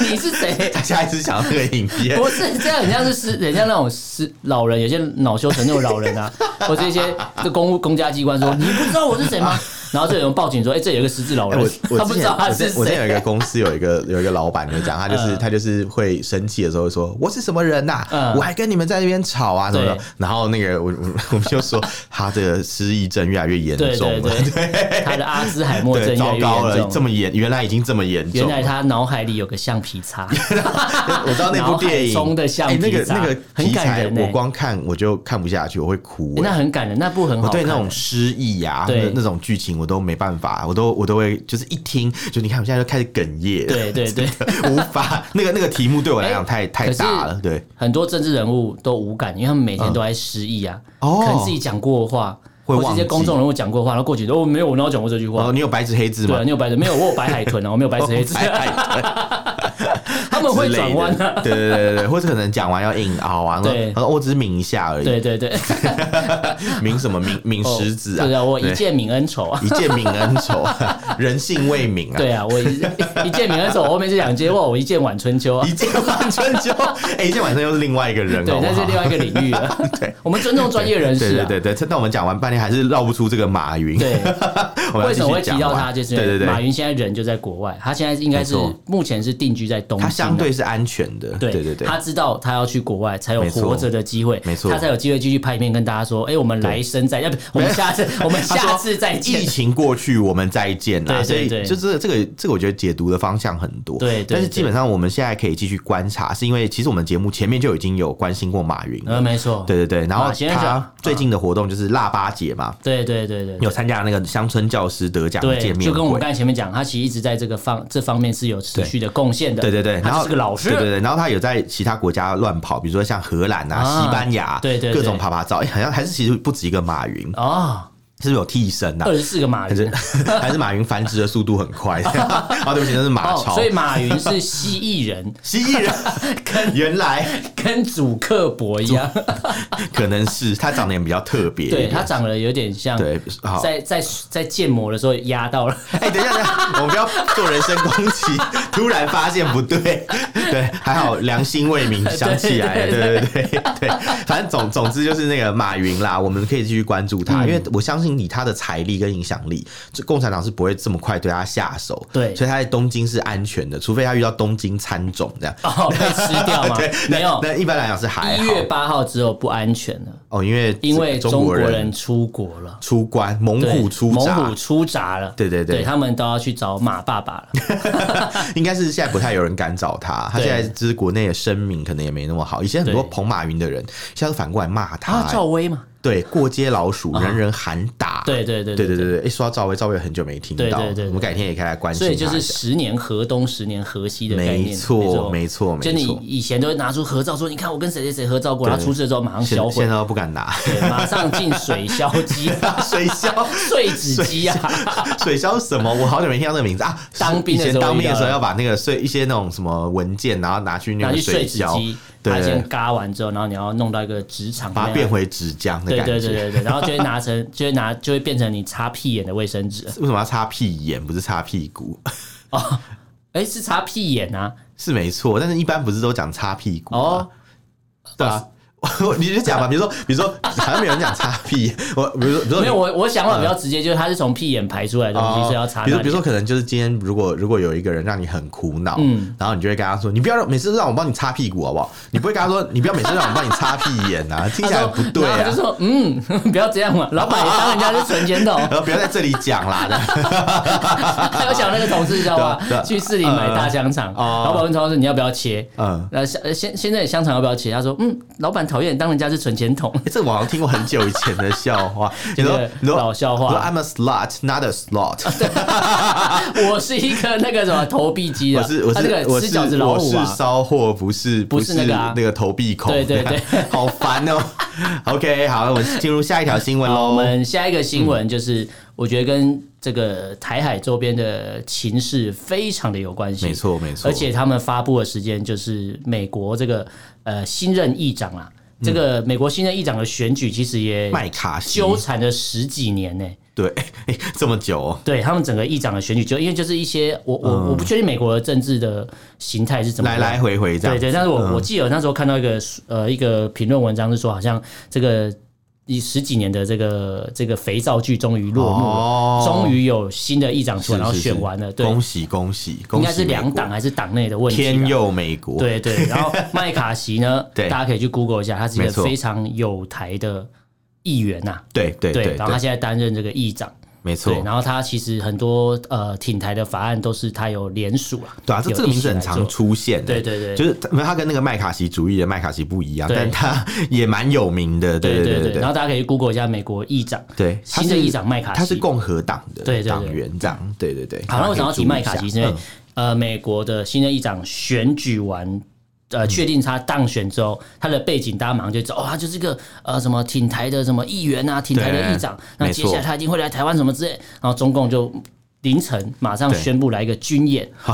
B: 你是谁？
A: 他下一次想到那个影片
B: 不，是这样，人家是是人家那种是老人，有些恼羞成怒的老人啊，或者一些就公务公家机关说你不知道我是谁吗？然后就有人报警说，哎，这有一个失智老
A: 哎
B: 人
A: 我，我
B: 他不
A: 之
B: 知
A: 前
B: 道他
A: 我
B: 是
A: 之我之前有
B: 谁。
A: 一个公司有一个有一个老板就讲，他就是他就是会生气的时候会说我是什么人呐、
B: 嗯
A: 我还跟你们在那边吵啊什么的
B: 对，
A: 然后那个我我我们就说 他这个失忆症越来越严
B: 对
A: 重
B: 对
A: 了，
B: 对，他的阿兹海默症
A: 对，
B: 越来
A: 糟
B: 越
A: 糕了，
B: 严
A: 这
B: 重。
A: 么严，原来已经这么严重
B: 原
A: 了，
B: 来他脑海里有个橡皮 擦，
A: 我知道那部电影
B: 脑海中的橡皮
A: 哎那个
B: 擦
A: 那个
B: 很
A: 题
B: 感
A: 材，
B: 人欸
A: 我光看我就看不下去，我会哭
B: 那
A: 欸。
B: 很感人，那部很
A: 我
B: 好看。
A: 对那种失忆呀，
B: 对
A: 那那种剧情我都没办法，我都我都会就是一听就你看我现在就开始哽咽，
B: 对对对，
A: 无法那个那个题目对我来
B: 哎
A: 讲太太
B: 可是
A: 大了，对，
B: 很多政治人物都无感，因为他们每天都在失忆啊，
A: 哦
B: 可能自己讲过的话，
A: 会
B: 或是一些
A: 忘记
B: 公众人物讲过的话，然后过去哦没有，我哪有讲过这句话
A: 哦，？你有白纸黑字
B: 对啊，
A: 吗？哦
B: 你有白的没有？我有白海 豚啊，我没有白纸黑字， 他们会转弯
A: 的，
B: 啊。
A: 对对对对对，或者可能讲完要硬凹啊，
B: 对
A: 然后我只是抿一下而已，
B: 对对 对，
A: 抿什么抿抿
B: 哦
A: 食指啊，
B: 对啊，我一
A: 对
B: 见泯恩仇 啊。
A: 一见泯恩仇， 人性未泯啊，
B: 对啊，我一 一见泯恩仇，我后面就两接哇，我一见晚春秋 啊
A: 一。见晚春秋，哎，一见晚春秋是另外一个人，
B: 对
A: 好，不
B: 那
A: 好
B: 是另外一个领域了。 我们尊重专业人
A: 对
B: 士
A: 对
B: 啊。
A: 对对，这但我们讲完半天还是绕不出这个马云。
B: 对
A: 我们要
B: 为什么会
A: 继续
B: 提
A: 讲
B: 到
A: 完
B: 他？就是
A: 对对对，
B: 马云现在人就在国外，他现在应该是
A: 没错
B: 目前是定居在东京
A: 他
B: 啊，
A: 相对是安全的。
B: 对
A: 对对对，
B: 他知道他要去国外才有
A: 没错
B: 活着的机会，
A: 没错
B: 他才有机会继续拍片跟大家说，哎，我们来生再，要不我 们下次我们
A: 他说
B: 下次再
A: 疫
B: 见。
A: 情过去，我们再见啦。
B: 对
A: 所
B: 对
A: 以
B: 对
A: 就是这个这个，我觉得解读的方向很多。
B: 对对对
A: 但是基本上我们现在可以继续观察，是因为其实我们节目前面就已经有关心过马云
B: 呃，
A: 了。
B: 没错，
A: 对对对，然后
B: 马先生嗯
A: 他最近的活动就是腊八节嘛，
B: 对对对对对。
A: 有参加那个乡村教师得奖
B: 对
A: 见，面
B: 就跟我们
A: 会。
B: 刚才前面讲，他其实一直在这个方这方面是有持续的贡献的。
A: 对对对，然
B: 他就
A: 后
B: 是个老师
A: 对，对对，然后他有在其他国家乱跑，比如说像荷兰啊、
B: 啊
A: 西班牙，
B: 对对对
A: 各种爬爬照，哎好像还是其实不止一个马云，
B: 哦，
A: 是不是有替身呐、啊
B: 二？十四个马
A: 还是
B: 云哦
A: 还是马云繁殖的速度很 快？啊，对不起，那是马
B: 哦，
A: 超。
B: 所以马云是蜥蜴人，
A: 蜥蜴 人原来
B: 跟祖克伯一样，
A: 可能是他长得也比较特别一
B: 对
A: 点，
B: 他长得有点像，
A: 对好
B: 在在在建模的时候压到 了，
A: 哎、等一下，等一下，我们不要做人身攻击。突然发现不 对，对，还好良心未泯，想起来了，对对对对，反正总总之就是那个马云啦，我们可以继续关注
B: 嗯
A: 他，因为我相信以他的财力跟影响力，这共产党是不会这么快对他下手，
B: 对
A: 所以他在东京是安全的，除非他遇到东京参种这样。
B: 哦，被吃掉吗？没有，
A: 那一般来讲是还
B: 一
A: 好
B: 月八号只有不安全了，
A: 哦，因为
B: 因为
A: 中
B: 中国人
A: 人
B: 出国了。
A: 出关，猛
B: 对
A: 虎出
B: 猛
A: 闸
B: 虎，出闸了，
A: 对对对
B: 他们都要去找马爸爸了。
A: 应该是现在不太有人敢找他，他
B: 对
A: 现在就是国内的声名可能也没那么好。以前很多
B: 对
A: 捧马云的人，现在都反过来骂 他、
B: 啊，赵薇嘛，
A: 对，过街老鼠，人人喊打。
B: 对对对
A: 对对
B: 对
A: 对对，一说到赵薇，赵薇很久没听到，
B: 对对对对
A: 我们改天也可以来关心
B: 所以就
A: 她一
B: 是
A: 下
B: 十年河东，十年河西的概念，
A: 没错，没错，
B: 就
A: 没
B: 你
A: 错。
B: 以前都会拿出合照说，你看我跟谁谁谁合照过，
A: 对
B: 然后出事之后马上
A: 现
B: 销
A: 现
B: 毁
A: 在，都不敢拿
B: 对，马上进水消机、
A: 水 消。
B: 碎纸机啊，
A: 水消什么？我好久没听到这个名字啊！
B: 当兵的
A: 以前
B: 时候
A: 当兵的时
B: 遇
A: 候
B: 到
A: 要把那个碎一些那种什么文件，然后拿去那
B: 拿
A: 个
B: 去碎
A: 水
B: 纸
A: 消，
B: 机，
A: 对
B: 它先嘎完之后，然后你要弄到一个职场，
A: 把它变。回纸浆的
B: 对
A: 感觉。
B: 对对对对，然后就会拿成，就会拿，就会变成你擦屁眼的卫生纸。
A: 为什么要擦屁眼？不是擦屁股？
B: 哎，是擦屁眼啊？
A: 是没错，但是一般不是都讲擦屁股吗
B: 哦，
A: 对啊， 你就讲吧，比如说，比如说，好像没有人讲擦屁， 我比如说，比如说
B: 啊
A: 哦
B: 没有，我我想法比较直接，就是它是从屁眼排出来的东西，是要
A: 嗯
B: 擦。
A: 比如，比如说，，可能就是今天，如果如果有一个人让你很苦恼，
B: 嗯
A: 然后你就会跟他说，你不要让每次都让我帮你擦屁股好不好？你不会跟他说，你不要每次让我帮你擦屁眼 啊，听起来不对
B: 然后
A: 啊
B: 就，说嗯， 不要这样嘛，老板也当人家是存钱筒，
A: 然后不要在这里讲啦，
B: 还有想那个同事知道吗
A: 对啊对啊？
B: 去市里买大香肠，
A: 哦
B: 老板问同事你要不要切？
A: 嗯。
B: 那香呃现现在香肠要不要切？他说嗯，老板讨厌当人家是存钱筒，
A: 欸这我好像听过很久以前的笑话，你
B: 这
A: 说
B: 个
A: 你说
B: 老笑话
A: 你说 I'm a slut, not a slot。
B: 我是一个那个什么投币机啊，
A: 我是我
B: 他
A: 是
B: 那个
A: 我
B: 吃
A: 是
B: 饺子老虎
A: 我
B: 啊
A: 是。骚货，不是
B: 不是那个啊
A: 那个投币孔，
B: 对对对，
A: 好烦哦。OK，好，我进入下一条新闻
B: 好，我
A: 喽。
B: 们下一个新闻就是，我觉得跟这个台海周边的情势非常的有关系。
A: 没错没错，
B: 而且他们发布的时间就是美国这个呃新任议长啊，这个美国新任议长的选举其实也
A: 嗯麦卡锡
B: 纠缠了十几年呢、
A: 对、 欸这么久哦，
B: 对他们整个议长的选举就，因为就是一些我我、我不确定美国的政治的形态是怎
A: 嗯
B: 么
A: 来
B: 样
A: 来回回这样嗯
B: 对
A: 子。
B: 对，但是我、我记得那时候看到一个呃一个评论文章是说，好像这个以十几年的这个这个肥皂剧终于落幕
A: 哦
B: 了，终于、有新的议长出来，然后
A: 是是
B: 选完了，对，
A: 恭喜恭喜恭
B: 应
A: 喜！
B: 该是两党
A: 美国
B: 还是党内的问题啦。啊
A: 天佑美国，
B: 对对，然后麦卡锡呢
A: ，对
B: 大家可以去 Google 一下，他是一
A: 没
B: 个
A: 错
B: 非常有台的议员呐、
A: 对对对
B: 然后他现在担任这个议长，
A: 没
B: 对，
A: 错，
B: 然后他其实很多呃挺台的法案都是他有联署啊，
A: 对啊，这
B: 有
A: 这个名字
B: 一起
A: 很
B: 来
A: 常
B: 做
A: 出现的、
B: 对对对
A: 就是他他跟那个麦卡锡主义的麦卡锡不一样，
B: 对
A: 但他 也蛮有名的，对
B: 对
A: 对
B: 对
A: 对
B: 然后大家可以去 Google 一下美国议长，
A: 对，他
B: 新的
A: 是
B: 议长麦卡锡，
A: 他是共和党的
B: 对对对
A: 党员，这样对对对。
B: 好，那我想要提麦卡
A: 大家可
B: 锡，
A: 以
B: 是
A: 注意
B: 因
A: 一下嗯
B: 为、呃，美国的新任议长选举完。呃，
A: 嗯
B: 确定他当选之后，他的背景大家马上就知道，哦，他就是个呃什么挺台的什么议员啊，挺台的议长。
A: 对
B: 那
A: 没
B: 接
A: 错
B: 下来他一定会来台湾什么之类。然后中共就凌晨马上宣布来一个军演，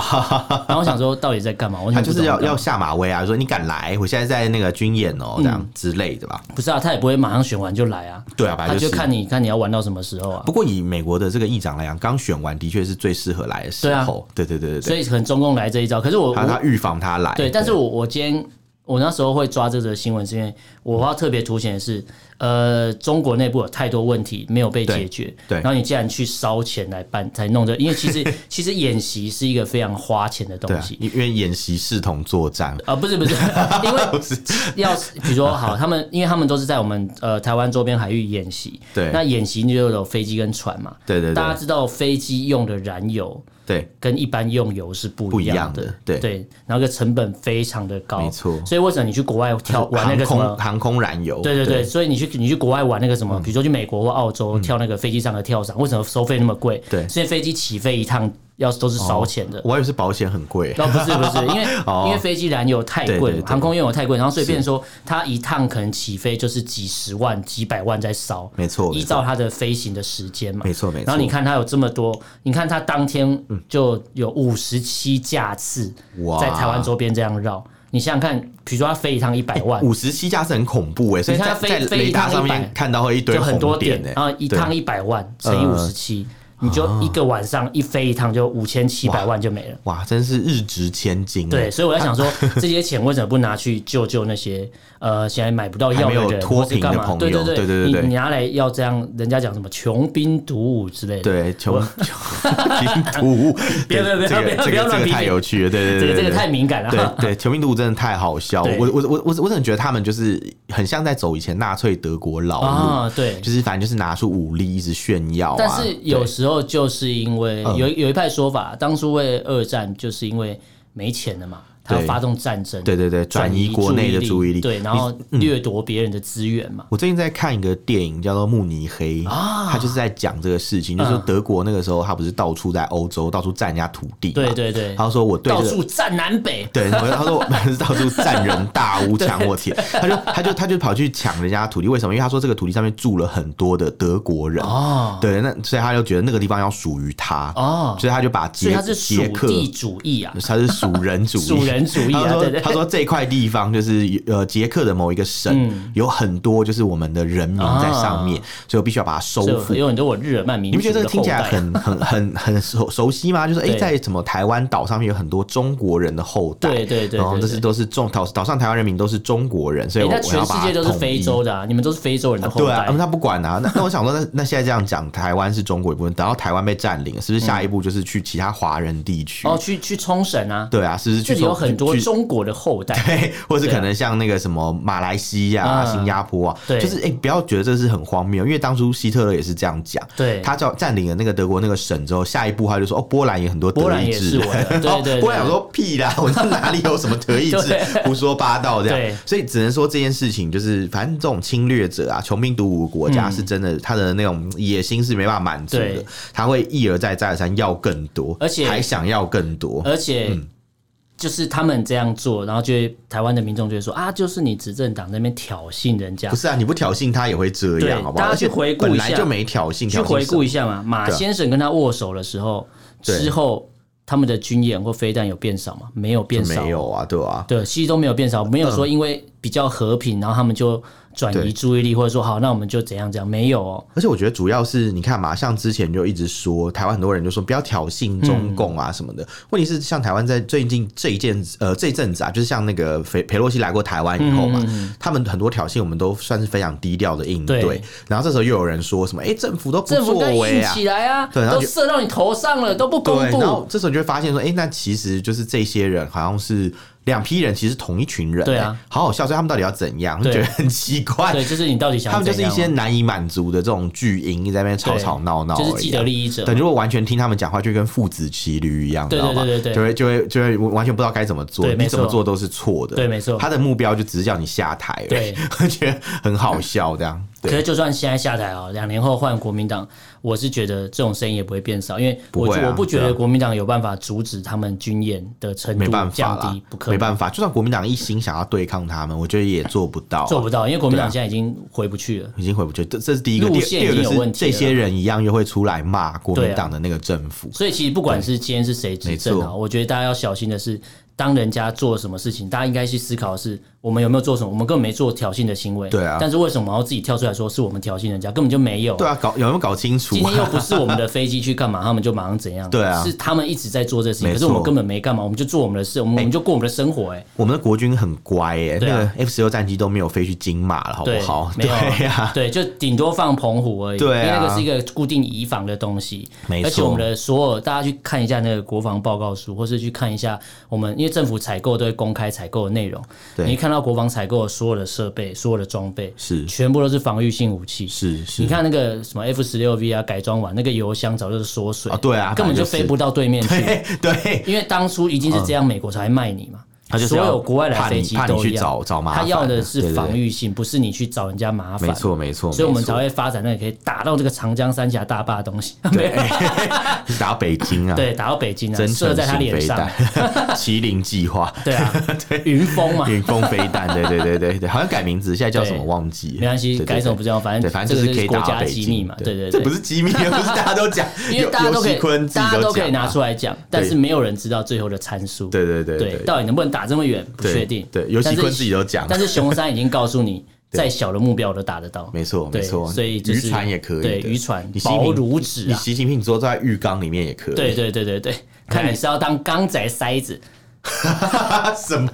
B: 然后我想说到底在干嘛？我
A: 他
B: 想
A: 就是要要下马威啊，说你敢来，我现在在那个军演
B: 嗯
A: 哦，这样之类的吧。
B: 不是啊，他也不会马上选完就来啊，
A: 对啊，本
B: 他
A: 来
B: 就是看。你看你要玩到什么时候啊
A: 不。过以美国的这个议长来讲，刚选完的确是最适合来的时候。对对对对
B: 啊所
A: 对，
B: 以可能中共来这一招，可是我
A: 他
B: 我
A: 他预防他来。
B: 对，但是我我今天我那时候会抓这则新闻，是因为我要特别凸显的是，呃，中国内部有太多问题没有被解决，
A: 对对
B: 然后你竟然去烧钱来办才弄这，因为其 实其实演习是一个非常花钱的东
A: 对啊，
B: 西。
A: 因为演习视同作战，
B: 啊、不是 不是，因为
A: 不是
B: 要比如 说好，他们因为他们都是在我们呃台湾周边海域演习，
A: 对
B: 那演习就有飞机跟船嘛，
A: 对对对
B: 大家知道飞机用的燃油
A: 对
B: 跟一般用油是不样
A: 不一样的对
B: 对然后个成本非常的高，
A: 没错
B: 所以为什么你去国外跳哦玩那
A: 航
B: 个什
A: 空嗯
B: 么？
A: 航空燃油。
B: 对对对，所以你去你去国外玩那个什么，比如说去美国或澳洲跳那个飞机上的跳伞，为什么收费那么贵？
A: 嗯对
B: 所以飞机起飞一趟要都是烧钱的。
A: 我还以为是保险很贵。
B: 那不是不 是，因为、
A: 哦
B: 因为飞机燃油太贵
A: 对对
B: 嘛，
A: 对
B: 航空燃油太贵，然后所以变成说它一趟可能起飞就是几十万、几百万在烧，
A: 没错
B: 依照它的飞行的时间嘛，
A: 没错没错嗯
B: 然后你看它有这么多，你看它当天就有五十七架次
A: 哇
B: 在台湾周边这样绕，你想想看，比如说它飞一趟一百万，
A: 哎五十七架是很恐怖哎、所以
B: 你看
A: 在
B: 它飞
A: 在
B: 飞
A: 雷
B: 一
A: 达
B: 趟
A: 上
B: 100
A: 面看到会一堆
B: 就很多
A: 红点哎、，
B: 点然后一趟
A: 对
B: 一百万乘以
A: 呃
B: 五十七，你就一个晚上一飞一趟就五千七百万就没了。
A: 哇，真是日值千金、啊
B: 对，，所以我在想 说，这些钱为什么不拿去救救那些呃现在买不到药
A: 还没有
B: 的人，
A: 脱
B: 或是
A: 贫
B: 干
A: 的
B: 嘛？
A: 朋
B: 对
A: 友
B: 对
A: 对对对对
B: 你你拿来要这样，人家讲什么穷兵黩武之类的。
A: 对，穷穷 兵黩武，
B: 别
A: 对
B: 别别
A: 这
B: 别
A: 个这
B: 不要
A: 个这
B: 乱
A: 个
B: 批
A: 太
B: 评
A: 有趣了，对对
B: 这
A: 对
B: 个
A: 对，
B: 这个 太敏感了。
A: 对对，穷兵黩武真的太好笑。
B: 对
A: 我我我我我真的觉得他们就是很像在走以前纳粹德国老路，
B: 啊，对
A: 就。是反正就是拿出武力一直炫耀、啊。
B: 但是有
A: 对嗯
B: 时候就是因为有有一派说法，当初为二战就是因为没钱了嘛，他要
A: 对
B: 发动战争，
A: 对对对转移国内的注意力嗯
B: 对，然后掠夺别人的资源嘛。
A: 我最近在看一个电影叫做《慕尼黑》，
B: 啊
A: 他就是在讲这个事情，
B: 嗯
A: 就是说德国那个时候他不是到处在欧洲到处占人家土地嘛，
B: 对对对，
A: 他说我对
B: 到
A: 这个
B: 处占南北，
A: 对，然后他说我们到处占人大屋抢我田，他就他就他就跑去抢人家土地，为什么？因为他说这个土地上面住了很多的德国人，
B: 哦
A: 对，那所以他就觉得那个地方要属于他，
B: 哦
A: 所以他就把
B: 所
A: 捷
B: 以他是属
A: 捷克。
B: 地主义啊，
A: 他是属人主义，
B: 属人主义啊
A: 他
B: 对
A: 说
B: 对对
A: 他说这块地方就是呃捷克的某一个省、
B: 嗯
A: 有很多就是我们的人民在上
B: 哦
A: 面，所以我必须要把它收
B: 所
A: 复
B: 以。有很多我日耳曼民
A: 你不
B: 族
A: 觉得这
B: 的
A: 个听
B: 后
A: 起来
B: 代。
A: 很很很很熟熟悉吗？就是哎、
B: 对
A: 在什么台湾岛上面有很多中国人的后代，
B: 对对对
A: 然后
B: 对
A: 这是
B: 对
A: 都是中岛岛上台湾人民都是中国人，所以
B: 哎
A: 我、
B: 那
A: 我要
B: 全世
A: 把它
B: 界都是
A: 统
B: 非
A: 一
B: 洲的啊，你们都是非洲人的后
A: 对啊，
B: 代
A: 嗯。他不管啊。那那我想说，那那现在这样讲，台湾是中国一部分，等到台湾被占领，是不是下一步就是去其他华人地区？
B: 哦，去去冲绳啊，
A: 对啊，是不是
B: 这
A: 去
B: 里有
A: 说
B: 很多
A: 去
B: 中国的后代。
A: 对，或是可能像那个什么马来西亚、
B: 啊
A: 新加坡啊，
B: 对
A: 就是哎、不要觉得这是很荒谬，因为当初希特勒也是这样讲，
B: 对
A: 他叫占领了那个德国那个省之后，下一步他就说哦，波兰也很多德
B: 波兰
A: 意
B: 也
A: 志
B: 是我 的
A: 人，
B: 对
A: 然后
B: 对对
A: 波兰我说屁啦，我那哪里有什么德意志
B: 对，
A: 胡说八道这
B: 对
A: 样，所以只能说这件事情就是，反正这种侵略者啊，穷兵黩武的国家是真的，他的那种野心是没办法满足的
B: 嗯对，
A: 他会一而再再而三要更多，
B: 而且
A: 还想要更多，
B: 而且
A: 嗯
B: 就是他们这样做，然后就会台湾的民众就会说啊，就是你执政党在那边挑衅人家
A: 不。是啊，你不挑衅他也会这
B: 对
A: 样，好不好？
B: 大家
A: 而
B: 去
A: 且
B: 回顾一
A: 本
B: 下
A: 来就没挑衅，
B: 去
A: 挑衅
B: 回顾一
A: 什
B: 下嘛，马
A: 对啊
B: 先生跟他握手的时候，
A: 对
B: 之后他们的军演或飞弹有变少吗？没有变
A: 么
B: 少，
A: 没有啊，对啊，
B: 对，其实都没有变少，没有说因为比较和平，然后他们就转移
A: 对
B: 注意力，或者说好，那我们就怎样怎样，没有哦。
A: 而且我觉得主要是你看嘛，像之前就一直说台湾很多人就说不要挑衅中共
B: 嗯
A: 啊什么的。问题是像台湾在最近这一件呃这一阵子啊，就是像那个裴裴洛西来过台湾以后嘛，
B: 嗯
A: 他们很多挑衅我们都算是非常低调的应对。
B: 对
A: 然后这时候又有人说什么，哎、政府都不
B: 政府
A: 作
B: 该硬
A: 为啊，
B: 起来啊，
A: 对然后
B: 都
A: 就
B: 射到你头上了，都不公
A: 对，然后
B: 布。
A: 这时候你就会发现说，哎、那其实就是这些人好像是两批人，其实同一群人、
B: 对啊
A: 哎好好笑，所以他们到底要怎样？
B: 对
A: 就觉得很奇怪。
B: 对，就是你到底 想
A: 他们就
B: 怎
A: 是一
B: 样
A: 些
B: 哦
A: 难以满足的这种巨婴，一直在那边吵
B: 对
A: 吵闹闹而已啊，
B: 就是既得利益者嘛。
A: 对，如果完全听他们讲话，就跟父子骑驴一样，
B: 对
A: 知道吗？
B: 对对对对
A: 就会就会就会完全不知道该怎么做，
B: 对没
A: 你怎么
B: 错
A: 做都是错的，
B: 对没错
A: 他的目标就只是叫你下台而已，
B: 对
A: 我觉得很好笑，这样。
B: 可是
A: 对，
B: 就算现在下台哦，两年后换国民党，我是觉得这种声音也不会变少，因为我
A: 不会啊
B: 我不觉
A: 对啊
B: 得国民党有办法阻止他们军演的程
A: 没
B: 度
A: 办法
B: 降
A: 啦
B: 低，不，可
A: 没
B: 能。
A: 办法，就算国民党一心想要对抗他们，我觉得也做不到啊，
B: 做不到，因为国民党
A: 对啊
B: 现在已经回不去了。
A: 已经回不去，这这是第一个，
B: 路
A: 第
B: 线
A: 第二
B: 已
A: 个
B: 经有问
A: 是
B: 题了啊
A: 这些人一样又会出来骂国民党的那个政府。
B: 所以其实不管是今天是谁执政
A: 没
B: 啊，
A: 错
B: 我觉得大家要小心的是，当人家做什么事情，大家应该去思考的是我们有没有做什么，我们根本没做挑衅的行为。
A: 对啊
B: 但是为什么要自己跳出来说是我们挑衅人家，根本就没有。
A: 对啊，搞有没有搞清楚
B: 今天又
A: 啊？
B: 不是我们的飞机去干嘛，他们就马上怎样？
A: 对啊
B: 是他们一直在做这事情，
A: 没错
B: 可是我们根本没干嘛，我们就做我们的事，我们我们就过我们的生活。哎，
A: 我们的国军很乖耶，那
B: 对啊
A: 个 F 十六战机都没有飞去金马了，好
B: 对
A: 不好，？
B: 没有啊，
A: 对呀，
B: 对，就顶多放澎湖而已。
A: 对啊
B: 因为那个是一个固定移防的东西。
A: 没错
B: 而且我们的所有大家去看一下那个国防报告书，或是去看一下我们，因为政府采购都会公开采购的内容，
A: 对
B: 你一看到国防采购的所有的设备、所有的装备，
A: 是
B: 全部都是防御性武器。
A: 是是，
B: 你看那个什么 F 十六 V 啊，改装完那个油箱早就是缩水
A: 啊对啊
B: 根本就
A: 本来就是
B: 飞不到对面去。
A: 对对
B: 因为当初一定是这样，美国才卖你嘛。
A: 嗯他就是
B: 所
A: 要
B: 有国外来
A: 怕你
B: 飞机
A: 怕你
B: 都
A: 去
B: 一样
A: 找找麻烦
B: 他
A: 啊，
B: 要的
A: 对
B: 是
A: 对对
B: 防御性，不是你去找人家麻烦。
A: 没错，没错，
B: 所以我们
A: 没
B: 才
A: 错
B: 会发展那个可以打到这个长江三峡大坝的 东西，
A: 对是打北京啊，
B: 对，打到北京啊，
A: 真
B: 射
A: 诚
B: 在他
A: 型
B: 脸
A: 飞
B: 上
A: 弹，， 麒麟计划，
B: 对啊，云峰嘛，
A: 云峰飞弹，对对对对对，好像改名字，现在叫什么
B: 对
A: 忘记了，
B: 没关系
A: 对，对
B: 改什么不重要，反
A: 对，
B: 正
A: 反
B: 嗯这
A: 正
B: 个
A: 就是可以
B: 国
A: 打
B: 家
A: 北
B: 机
A: 京
B: 密嘛，对对
A: 这不
B: 对。
A: 是机密，不是大家都讲，
B: 因为大家都可
A: 尤尤
B: 以
A: 其坤，自己
B: 大家都可以
A: 讲
B: 拿
A: 啊
B: 出来讲，但是没有人知道最后的参数。
A: 对对对
B: 对，到底能不能打这么远，不
A: 对
B: 确定。
A: 对尤其
B: 但是
A: 坤自己都讲
B: 但是熊山已经告 诉你，再小的目标都打得到。
A: 没错
B: 对
A: 没错，
B: 所以就是
A: 渔船也可以的，
B: 对渔船
A: 你习近
B: 薄
A: 平
B: 如纸
A: 你
B: 啊。
A: 习近平坐在浴缸里面也可以，
B: 对对对对对，
A: 哎
B: 看你是要当钢仔塞子，
A: 什么？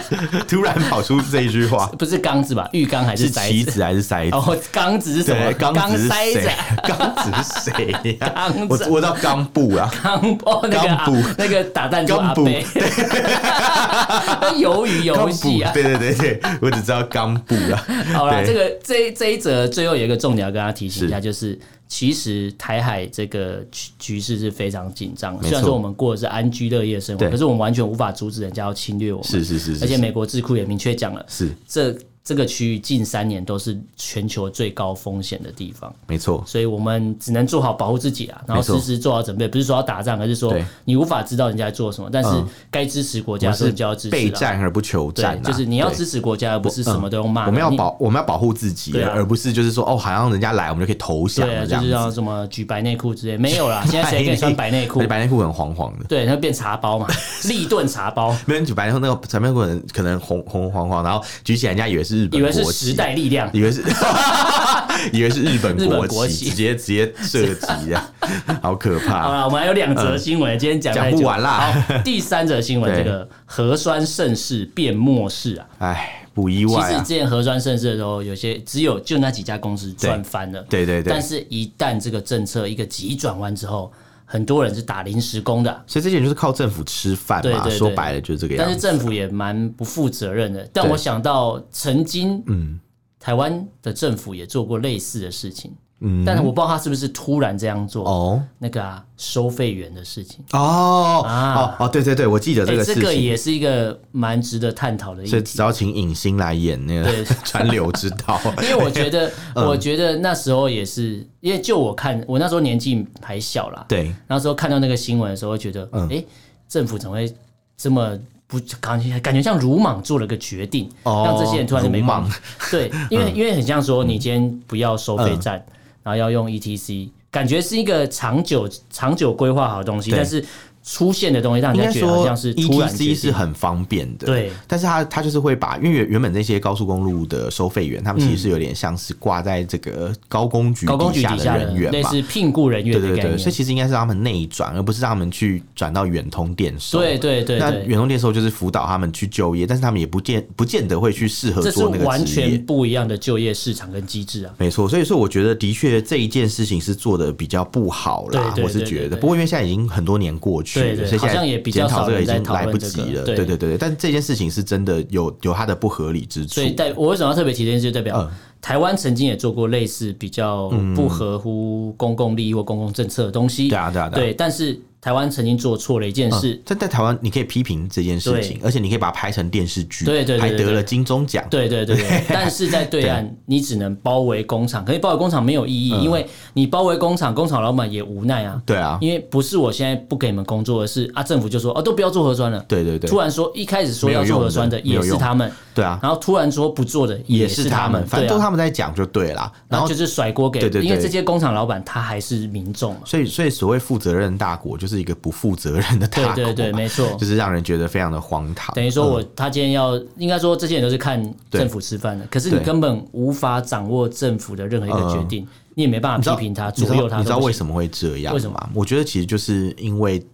A: 突然跑出这一句
B: ，
A: 话
B: 不是缸子吧？浴缸还
A: 是
B: 塞
A: 棋
B: 子？
A: 子还是塞子？
B: 哦，缸子是什么
A: 对，？刚
B: 缸
A: 子是
B: 塞子
A: 谁
B: 啊。？
A: 刚子是谁呀
B: 刚？
A: 我
B: 子
A: 我知道刚布 啊，
B: 钢哦，那个、啊
A: 钢捕、
B: 那个打弹珠阿
A: 钢捕
B: 贝， 那鱿鱼游
A: 刚
B: 戏
A: 布
B: 啊，
A: 对。对对对，我只知道刚布啊。
B: 好了，
A: 对
B: 这个这这一则最后有一个重点要跟大家提醒一下，就是其实台海这个局局势是非常紧张的。
A: 没错
B: 虽然说我们过的是安居乐业的生活，
A: 对
B: 可是我们完全无法阻止人家要侵略我们。
A: 是是是是
B: 而且
A: 是
B: 美国智库也明确讲了，
A: 是
B: 这这个区域近三年都是全球最高风险的地方。
A: 没错，
B: 所以我们只能做好保护自己啊，然后
A: 没错
B: 时时做好准备，不是说要打仗，而是说
A: 对嗯
B: 你无法知道人家在做什么，但是该支持国家
A: 我
B: 的时候
A: 是
B: 你就要支持
A: 备
B: 啦。
A: 战而不求战
B: 对，
A: 啊，
B: 就是你要
A: 对
B: 支持国家，而不是什么都用骂的。
A: 我们要
B: 啊你
A: 保我们要保护自己，
B: 对啊
A: 而不是就是说哦，好像人家来我们就可以投降
B: 对啊，
A: 了这
B: 就
A: 样
B: 是
A: 子。
B: 要什么举白内裤之类，没有 啦，现在谁给你穿白内裤
A: 而且？哎白内裤很黄黄的。
B: 对，它变茶 包嘛，立顿茶包，
A: 没人举白内裤，那个白内裤可能可能红红黄黄，然后举起来人家以为是日本
B: 以为是
A: 国嗯旗
B: 时代力量。
A: 以为是， 以为是日本
B: 日
A: 国
B: 本
A: 旗，
B: 国旗
A: 直接直接射击 啊，好可
B: 好
A: 怕！
B: 了，我们还有两则新闻，今天讲
A: 讲
B: 太久
A: 不完。啦，
B: 好，第三则新闻，
A: 对
B: 这个核酸盛世变末世啊。
A: 哎，不意
B: 其
A: 外
B: 实
A: 啊
B: 之，前核酸盛世的时候，有些只有就那几家公司赚翻了。
A: 对对对
B: 但是，一旦这个政策一个急转弯之后，很多人是打临时工的啊、
A: 所以这些人就是靠政府吃饭
B: 对
A: 嘛，
B: 对对
A: 说白了就是这个
B: 但
A: 样
B: 是
A: 子。
B: 政府也蛮不负责任的。但
A: 对
B: 我想到曾经，
A: 嗯
B: 台湾的政府也做过类似的事情，
A: 嗯，
B: 但是我不知道他是不是突然这样做。
A: 哦
B: 那个啊，收费员的事情，
A: 哦哦哦，对对对，我记得这
B: 啊哎
A: 个事
B: 这
A: 情。
B: 个也是一个蛮值得探讨的议
A: 所以
B: 题
A: 只。要请影星来演那个
B: 对
A: 川流之道，
B: 因为我觉 得，
A: 嗯
B: 我觉得那时候也是，因为就我看，我那时候年纪还小啦，
A: 对
B: 那时候看到那个新闻的时候，会觉得，哎、
A: 嗯
B: 政府怎么会这么不感觉感觉像鲁莽做了个决定，
A: 哦
B: 让这些人突然就没
A: 鲁
B: 办
A: 莽
B: 法。 对，因
A: 嗯
B: 为、因为很像说，你今天不要收费站，然后要用 ETC，感觉是一个长久长久规划好的东西，
A: 对
B: 但是出现的东西让
A: 应
B: 人
A: 该
B: 家觉得好
A: 说
B: 像是突然决
A: ETC
B: 定
A: 是很方便的，
B: 对
A: 但是它它就是会把，因为原原本那些高速公路的收费员，他们其实是有点像是挂在这个高工局
B: 高公局
A: 下
B: 底下的
A: 人员
B: 类
A: 嘛，
B: 似聘雇人员
A: 对对
B: 的概
A: 对，所以
B: 念。
A: 其实应该是让他们内转，而不是让他们去转到远通电收。
B: 对对对
A: 那
B: 对，
A: 远通电收就是辅导他们去就业，但是他们也不见不见得会去适合
B: 这是
A: 做那个
B: 完
A: 职
B: 全
A: 业。
B: 不一样的就业市场跟机制啊。
A: 没错，所以说我觉得的确这一件事情是做的比较不好啦，
B: 对对
A: 我是
B: 对
A: 觉
B: 对
A: 得。
B: 对
A: 不过因为现在已经很多年过去了，
B: 对对
A: 所以现在
B: 好像也比较
A: 检讨
B: 少
A: 这个
B: 人
A: 已经
B: 在讨
A: 来
B: 论
A: 不
B: 这个
A: 及了。
B: 对
A: 对对对，但这件事情是真的有有它的不合理之处
B: 所。以代我为什么要特别提这件事，就代表、
A: 嗯
B: 台湾曾经也做过类似比较不合乎公共利益或公共政策的东西。
A: 对啊对嗯啊对啊
B: 对，但是台湾曾经做错了一件事。
A: 但在台湾，你可以批评这件事情，而且你可以把它拍成电视剧，
B: 对对对对
A: 还得
B: 对
A: 了金钟奖。
B: 对对 对对，但是在对岸，你只能包围工厂，可是包围工厂没有意义，因为你包围工厂，工厂老板也无奈啊。
A: 嗯对啊
B: 因为不是我现在不给你们工作，而是啊，政府就说哦，都不要做核酸了。
A: 对对对
B: 突然说一开始说
A: 没有
B: 要做
A: 用
B: 核酸
A: 的
B: 的
A: 没
B: 也
A: 有
B: 是
A: 用
B: 他们，
A: 对啊，
B: 然后突然说不做的
A: 也
B: 是
A: 是他们，反正
B: 对啊
A: 都他们在讲就对啦。然
B: 然后
A: 后
B: 就。是甩锅给，
A: 对对对
B: 因为这些工厂老板他还是民众嘛。
A: 所以，所以所谓负责任大国，就是一个不负责任的大国嘛，
B: 对对对没错
A: 就是让人觉得非常的荒唐。
B: 等于说我他今天要，应该说这些人都是看政府吃饭的，可是你
A: 对嗯
B: 根本无法掌握政府的任何一个决定，你也没办
A: 你知
B: 法
A: 道
B: 批评他、
A: 你知
B: 左
A: 道
B: 右他。
A: 你知道为
B: 么？
A: 什么会这样？
B: 为什
A: 么？我觉得其实就是因为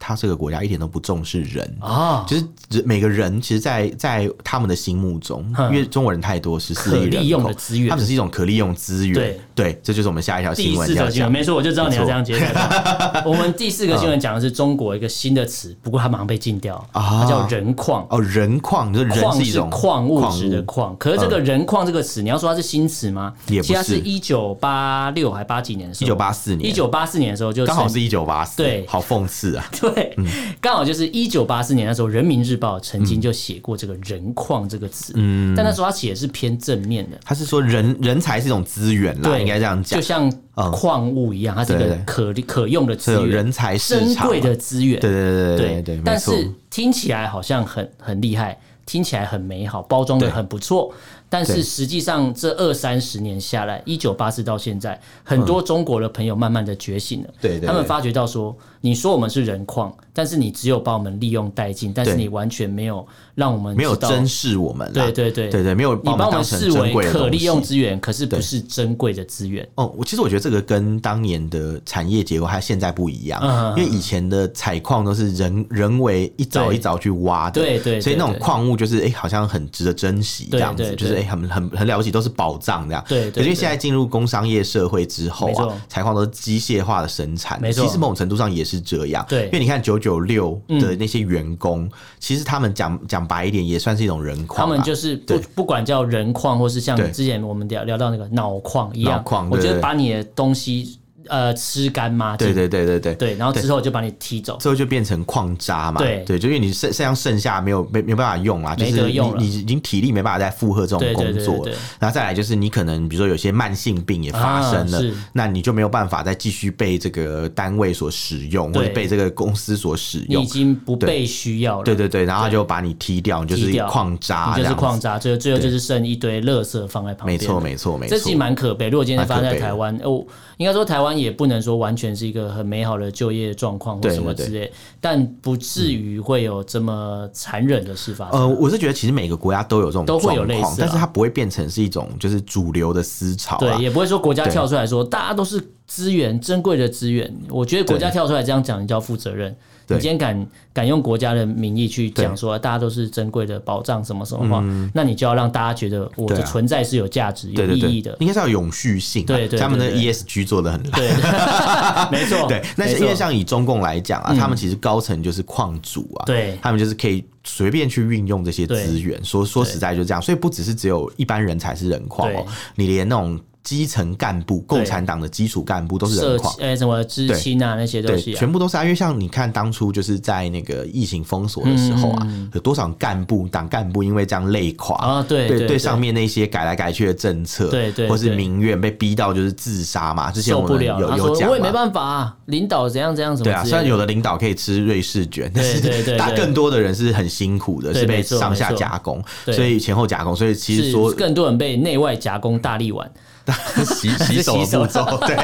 A: 他这个国家一点都不重视人。
B: 啊，
A: 其实每个人，其实在，在他们的心目中，因为中国人太多，十四亿人口
B: 可利用的资源
A: 他们只是一种可利用资源。
B: 对
A: 这就是我们下一条
B: 第
A: 新闻
B: 四
A: 要
B: 则新闻，
A: 讲。
B: 没错，我就知道你要这样 接下我们第四个新闻讲的是中国一个新的词，不过它马上被禁掉，
A: 啊
B: 它叫人矿。
A: 哦，人矿，就是人
B: 矿
A: 一种
B: 矿物
A: 矿
B: 质的矿，可是这个人矿这个词，你要说它是新词吗？
A: 也不
B: 其实它
A: 是
B: 是一九八六还八几年的
A: 一
B: 时候，
A: 九八四年，
B: 一九八四年的时候就
A: 刚好
B: 曾
A: 是一九八四，
B: 对
A: 好讽刺啊！
B: 对， 对，刚好就是一九八四年那时候，《人民日报》曾
A: 嗯
B: 经就写过这个“人矿”这个词，但那时候他写的是偏正面的，
A: 他是说人人才是一种资源啦，
B: 对，
A: 应该这样讲
B: 就，像
A: 嗯
B: 矿物一样，它是一
A: 对
B: 个
A: 对
B: 可可用的
A: 是
B: 资
A: 有
B: 源，
A: 人才市
B: 珍
A: 场嘛，
B: 贵的资源，
A: 对，对对对对，没
B: 但
A: 错，
B: 是听起来好像很很厉害，听起来很美好，包装的
A: 对
B: 很不错。但
A: 对
B: 是实际上，这二三十年下来，一九八四到现在，很多中国的朋友慢慢的觉醒了。
A: 嗯对对对
B: 他们发觉到说，你说我们是人矿，但是你只有把我们利用殆尽，但是
A: 对
B: 你完全没有让我们
A: 没有
B: 知道
A: 珍视我们啦，
B: 对对对
A: 对对，没有
B: 你
A: 把
B: 把我
A: 当
B: 们
A: 成
B: 视
A: 珍
B: 为
A: 贵的
B: 可
A: 东
B: 利用
A: 西。
B: 资源，可是
A: 对
B: 不是珍贵的资源。
A: 哦，我其实我觉得这个跟当年的产业结构还有现在不一样，
B: 嗯
A: 因为以前的采矿都是人人为一凿
B: 对
A: 一凿去挖的，
B: 对对
A: 所以那种
B: 对对
A: 矿物就是哎、好像很值得珍惜这样子，
B: 对对对
A: 就是哎、很很很了不起，都是宝藏这样。
B: 对对
A: 可是因为
B: 对
A: 现在进入工商业社会之后
B: 没错
A: 啊，采矿都是机械化的生产，
B: 没错
A: 其实某种程度上也是这样，
B: 对嗯
A: 因为你看九九六的那些员工，其实他们讲讲白一点，也算是一种人
B: 他
A: 矿啊，
B: 们就是不
A: 对
B: 不管叫人矿，或是像
A: 对
B: 之前我们聊聊到那个脑矿一样
A: 脑，矿
B: 我
A: 对
B: 觉得
A: 对
B: 把你的东西呃吃干抹
A: 对
B: 净，
A: 对对对对
B: 对然后之后就把你踢走。
A: 最后就变成矿渣嘛，
B: 对
A: 就因为你剩剩下剩下没有没没有办法用啦，就
B: 没
A: 是
B: 得
A: 你
B: 用了
A: 你已经体力没办法再负荷这种
B: 对对
A: 工
B: 对
A: 作了，
B: 对对
A: 然后再来就是你可能比如说有些慢性病也发生了，
B: 啊是
A: 那你就没有办法再继续被这个单位所使用，
B: 对
A: 或者被这个公司所使
B: 你已
A: 用，
B: 经不被需要了，
A: 对啊对对，然后他就把你踢掉，你就
B: 踢
A: 是
B: 掉
A: 矿渣，这
B: 你就是
A: 样子
B: 矿，渣，最后最后就是剩一堆垃圾放在旁
A: 没
B: 边。
A: 错没错没
B: 这其实
A: 错，
B: 蛮可悲。如果今天发生在
A: 蛮可悲的
B: 台湾，哦，应该说台湾也不能说完全是一个很美好的就业状况或
A: 对
B: 什么之
A: 对
B: 类，但不至于会有这么残忍的事发生。
A: 呃，我是觉得其实每个国家都有这种
B: 都会有
A: 状
B: 类似啊
A: 况，但是它不会变成是一种就是主流的思潮啦，
B: 对，也不会说国家
A: 对
B: 跳出来说大家都是资源，珍贵的资源。我觉得国家
A: 对
B: 跳出来这样讲，你就要负责任。你
A: 对
B: 今天敢敢用国家的名义去
A: 对
B: 讲说大家都是珍贵的宝藏什么什么话，那你就要让大家觉得我的
A: 对啊
B: 存在是有价值、有
A: 对对
B: 意义
A: 对
B: 的，。
A: 应该是要有永续性啊，
B: 对对对
A: 他们的
B: 对
A: ESG 做的很烂。
B: 对，没错，
A: 对，那
B: 没
A: 是
B: 错嗯
A: 因为像以中共来讲啊，他们其实高层就是矿主啊，
B: 对
A: 他们就是可以随便去运用这些资源。说说实在就这样，所以不只是只有一般人才是人矿哦
B: 对，
A: 你连那种基层干部、共产党的基础干部都是
B: 社
A: 人
B: 区
A: 矿。
B: 呃什么知
A: 对
B: 青啊那些东
A: 对，
B: 西啊，
A: 全部都是啊，因为像你看，当初就是在那个疫情封锁的时候啊，有多少干部、党干部因为这样累垮
B: 嗯啊对
A: 对
B: 对对
A: 上面那些改来改去的政策，
B: 对对
A: 或是
B: 对
A: 民怨被逼到就是自杀嘛，之前
B: 受
A: 我
B: 不
A: 们
B: 了。
A: 有
B: 他
A: 有
B: 说
A: 讲
B: 我也没
A: 嘛
B: 办法啊，领导怎样怎样什
A: 对
B: 么
A: 啊，
B: 之
A: 虽然
B: 类
A: 有的
B: 的。
A: 领导可以吃瑞士卷，但
B: 对对
A: 是
B: 对
A: 大
B: 对
A: 更多的人是很辛苦的，
B: 对
A: 是被
B: 没错
A: 上下
B: 没错
A: 加工，
B: 对
A: 所以前后加工，所以其实
B: 是
A: 说
B: 更多人被内外夹攻大力丸，
A: 洗洗手的步 骤，对。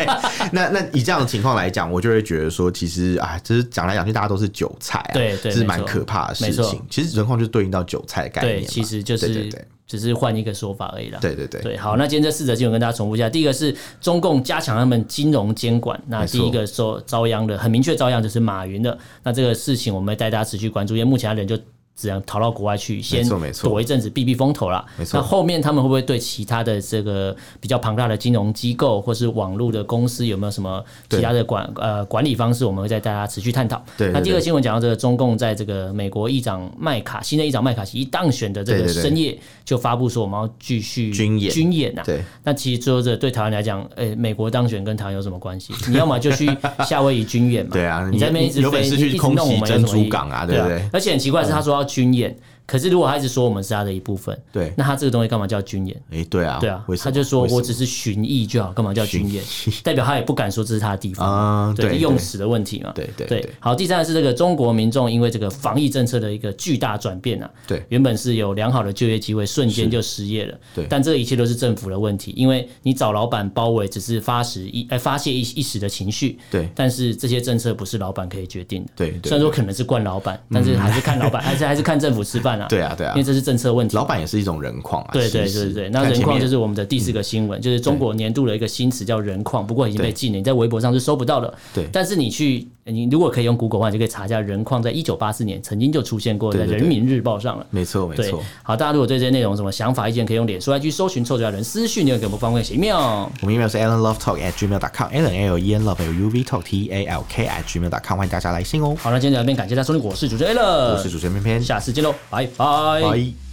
A: 那那以这样的情况来讲，我就会觉得说，其实啊，就是讲来讲去，大家都是韭菜啊，
B: 对
A: 这
B: 对
A: 是
B: 没
A: 蛮
B: 错
A: 可怕的事
B: 没错
A: 情。其实人况就对应到韭菜的概念
B: 对，
A: 嘛，
B: 其实就
A: 对对
B: 是
A: 对
B: 只是换一个说法而已啦。
A: 对对对
B: 对，好，那今天这四则新闻跟大家重复一下。第一个是中共加强他们金融监管，那
A: 没错
B: 第一个说遭殃的很明确遭殃就是马云的，那这个事情我们会带大家持续关注，因为目前他人就。只能逃到国外去，先
A: 错没错
B: 躲一阵子避避风头啦。
A: 没错
B: 那后面他们会不会对其他的这个比较庞大的金融机构或是网络的公司有没有什么其他的管呃管理方式？我们会再带大家持续探讨。
A: 对对
B: 那第二
A: 对
B: 个新闻讲到这个中共在这个美国议长麦卡新的议长麦卡锡一当选的这个
A: 对对对
B: 深夜就发布说我们要继续
A: 军演
B: 军演啊。
A: 对
B: 那其实说这对台湾来讲，诶、美国当选跟台湾有什 么关系？你要么就去夏威夷军演嘛，
A: 对啊
B: 你在那边一直
A: 你有本
B: 飞
A: 事
B: 你
A: 去
B: 一直
A: 空
B: 弄
A: 袭
B: 我们有什么
A: 珍珠
B: 意义
A: 港啊
B: 对
A: 对不对
B: 而且很奇怪的是，他说要军演，可是如果他一直说我们是他的一部分，
A: 对
B: 那他这个东西干嘛叫军演？
A: 哎，对啊，
B: 对啊
A: 为，什
B: 他
A: 么
B: 就说
A: 为什
B: 我
A: 么
B: 只是巡弋就好，干嘛叫军演？代表他也不敢说这是他的地方
A: 啊
B: 对，
A: 对
B: 这用词的问题嘛。
A: 对对
B: 对
A: 对。
B: 好，第三个是这个中国民众因为这个防疫政策的一个巨大转变啊，
A: 对
B: 原本是有良好的就业机会，瞬间就失业了。
A: 对
B: 但这一切都是政府的问题，因为你找老板包围只是发时一哎发泄一一时的情绪，
A: 对
B: 但是这些政策不是老板可以决定的，
A: 对对嗯
B: 虽然说可能是惯老板，但是还是看 老板，还是还是看政府吃饭啊。
A: 对啊对啊
B: 因为这是政策问题嘛。
A: 老板也是一种人矿啊，
B: 对对
A: 其实
B: 对对，那
A: 看
B: 人
A: 前
B: 矿
A: 面嗯
B: 就是我们的第四个新闻，就是中国年度的一个新词叫人矿，不过已经被
A: 对
B: 禁了，你在微博上是搜不到的。
A: 对
B: 但是你去，你如果可以用 Google 的话，你就可以查一下人矿，在一九八四年曾经就出现过在
A: 对
B: 《
A: 对
B: 人
A: 对
B: 民日报》上了。
A: 没错没
B: 对
A: 错。，
B: 好，大家如果对这些内容有什么想法、意见，可以用脸书来去搜寻“臭嘴的人”私讯，你有给我们方便写 email。
A: 我们 email 是 allenlovetalk at gmail dot com，allen l e n love l u v talk t a l k at gmail dot com，欢迎大家来信哦。
B: 呃好，那今天就到这边感谢大家收听，我是主持人 a l
A: 我是主持人偏偏，
B: 下次见喽，拜拜
A: 拜。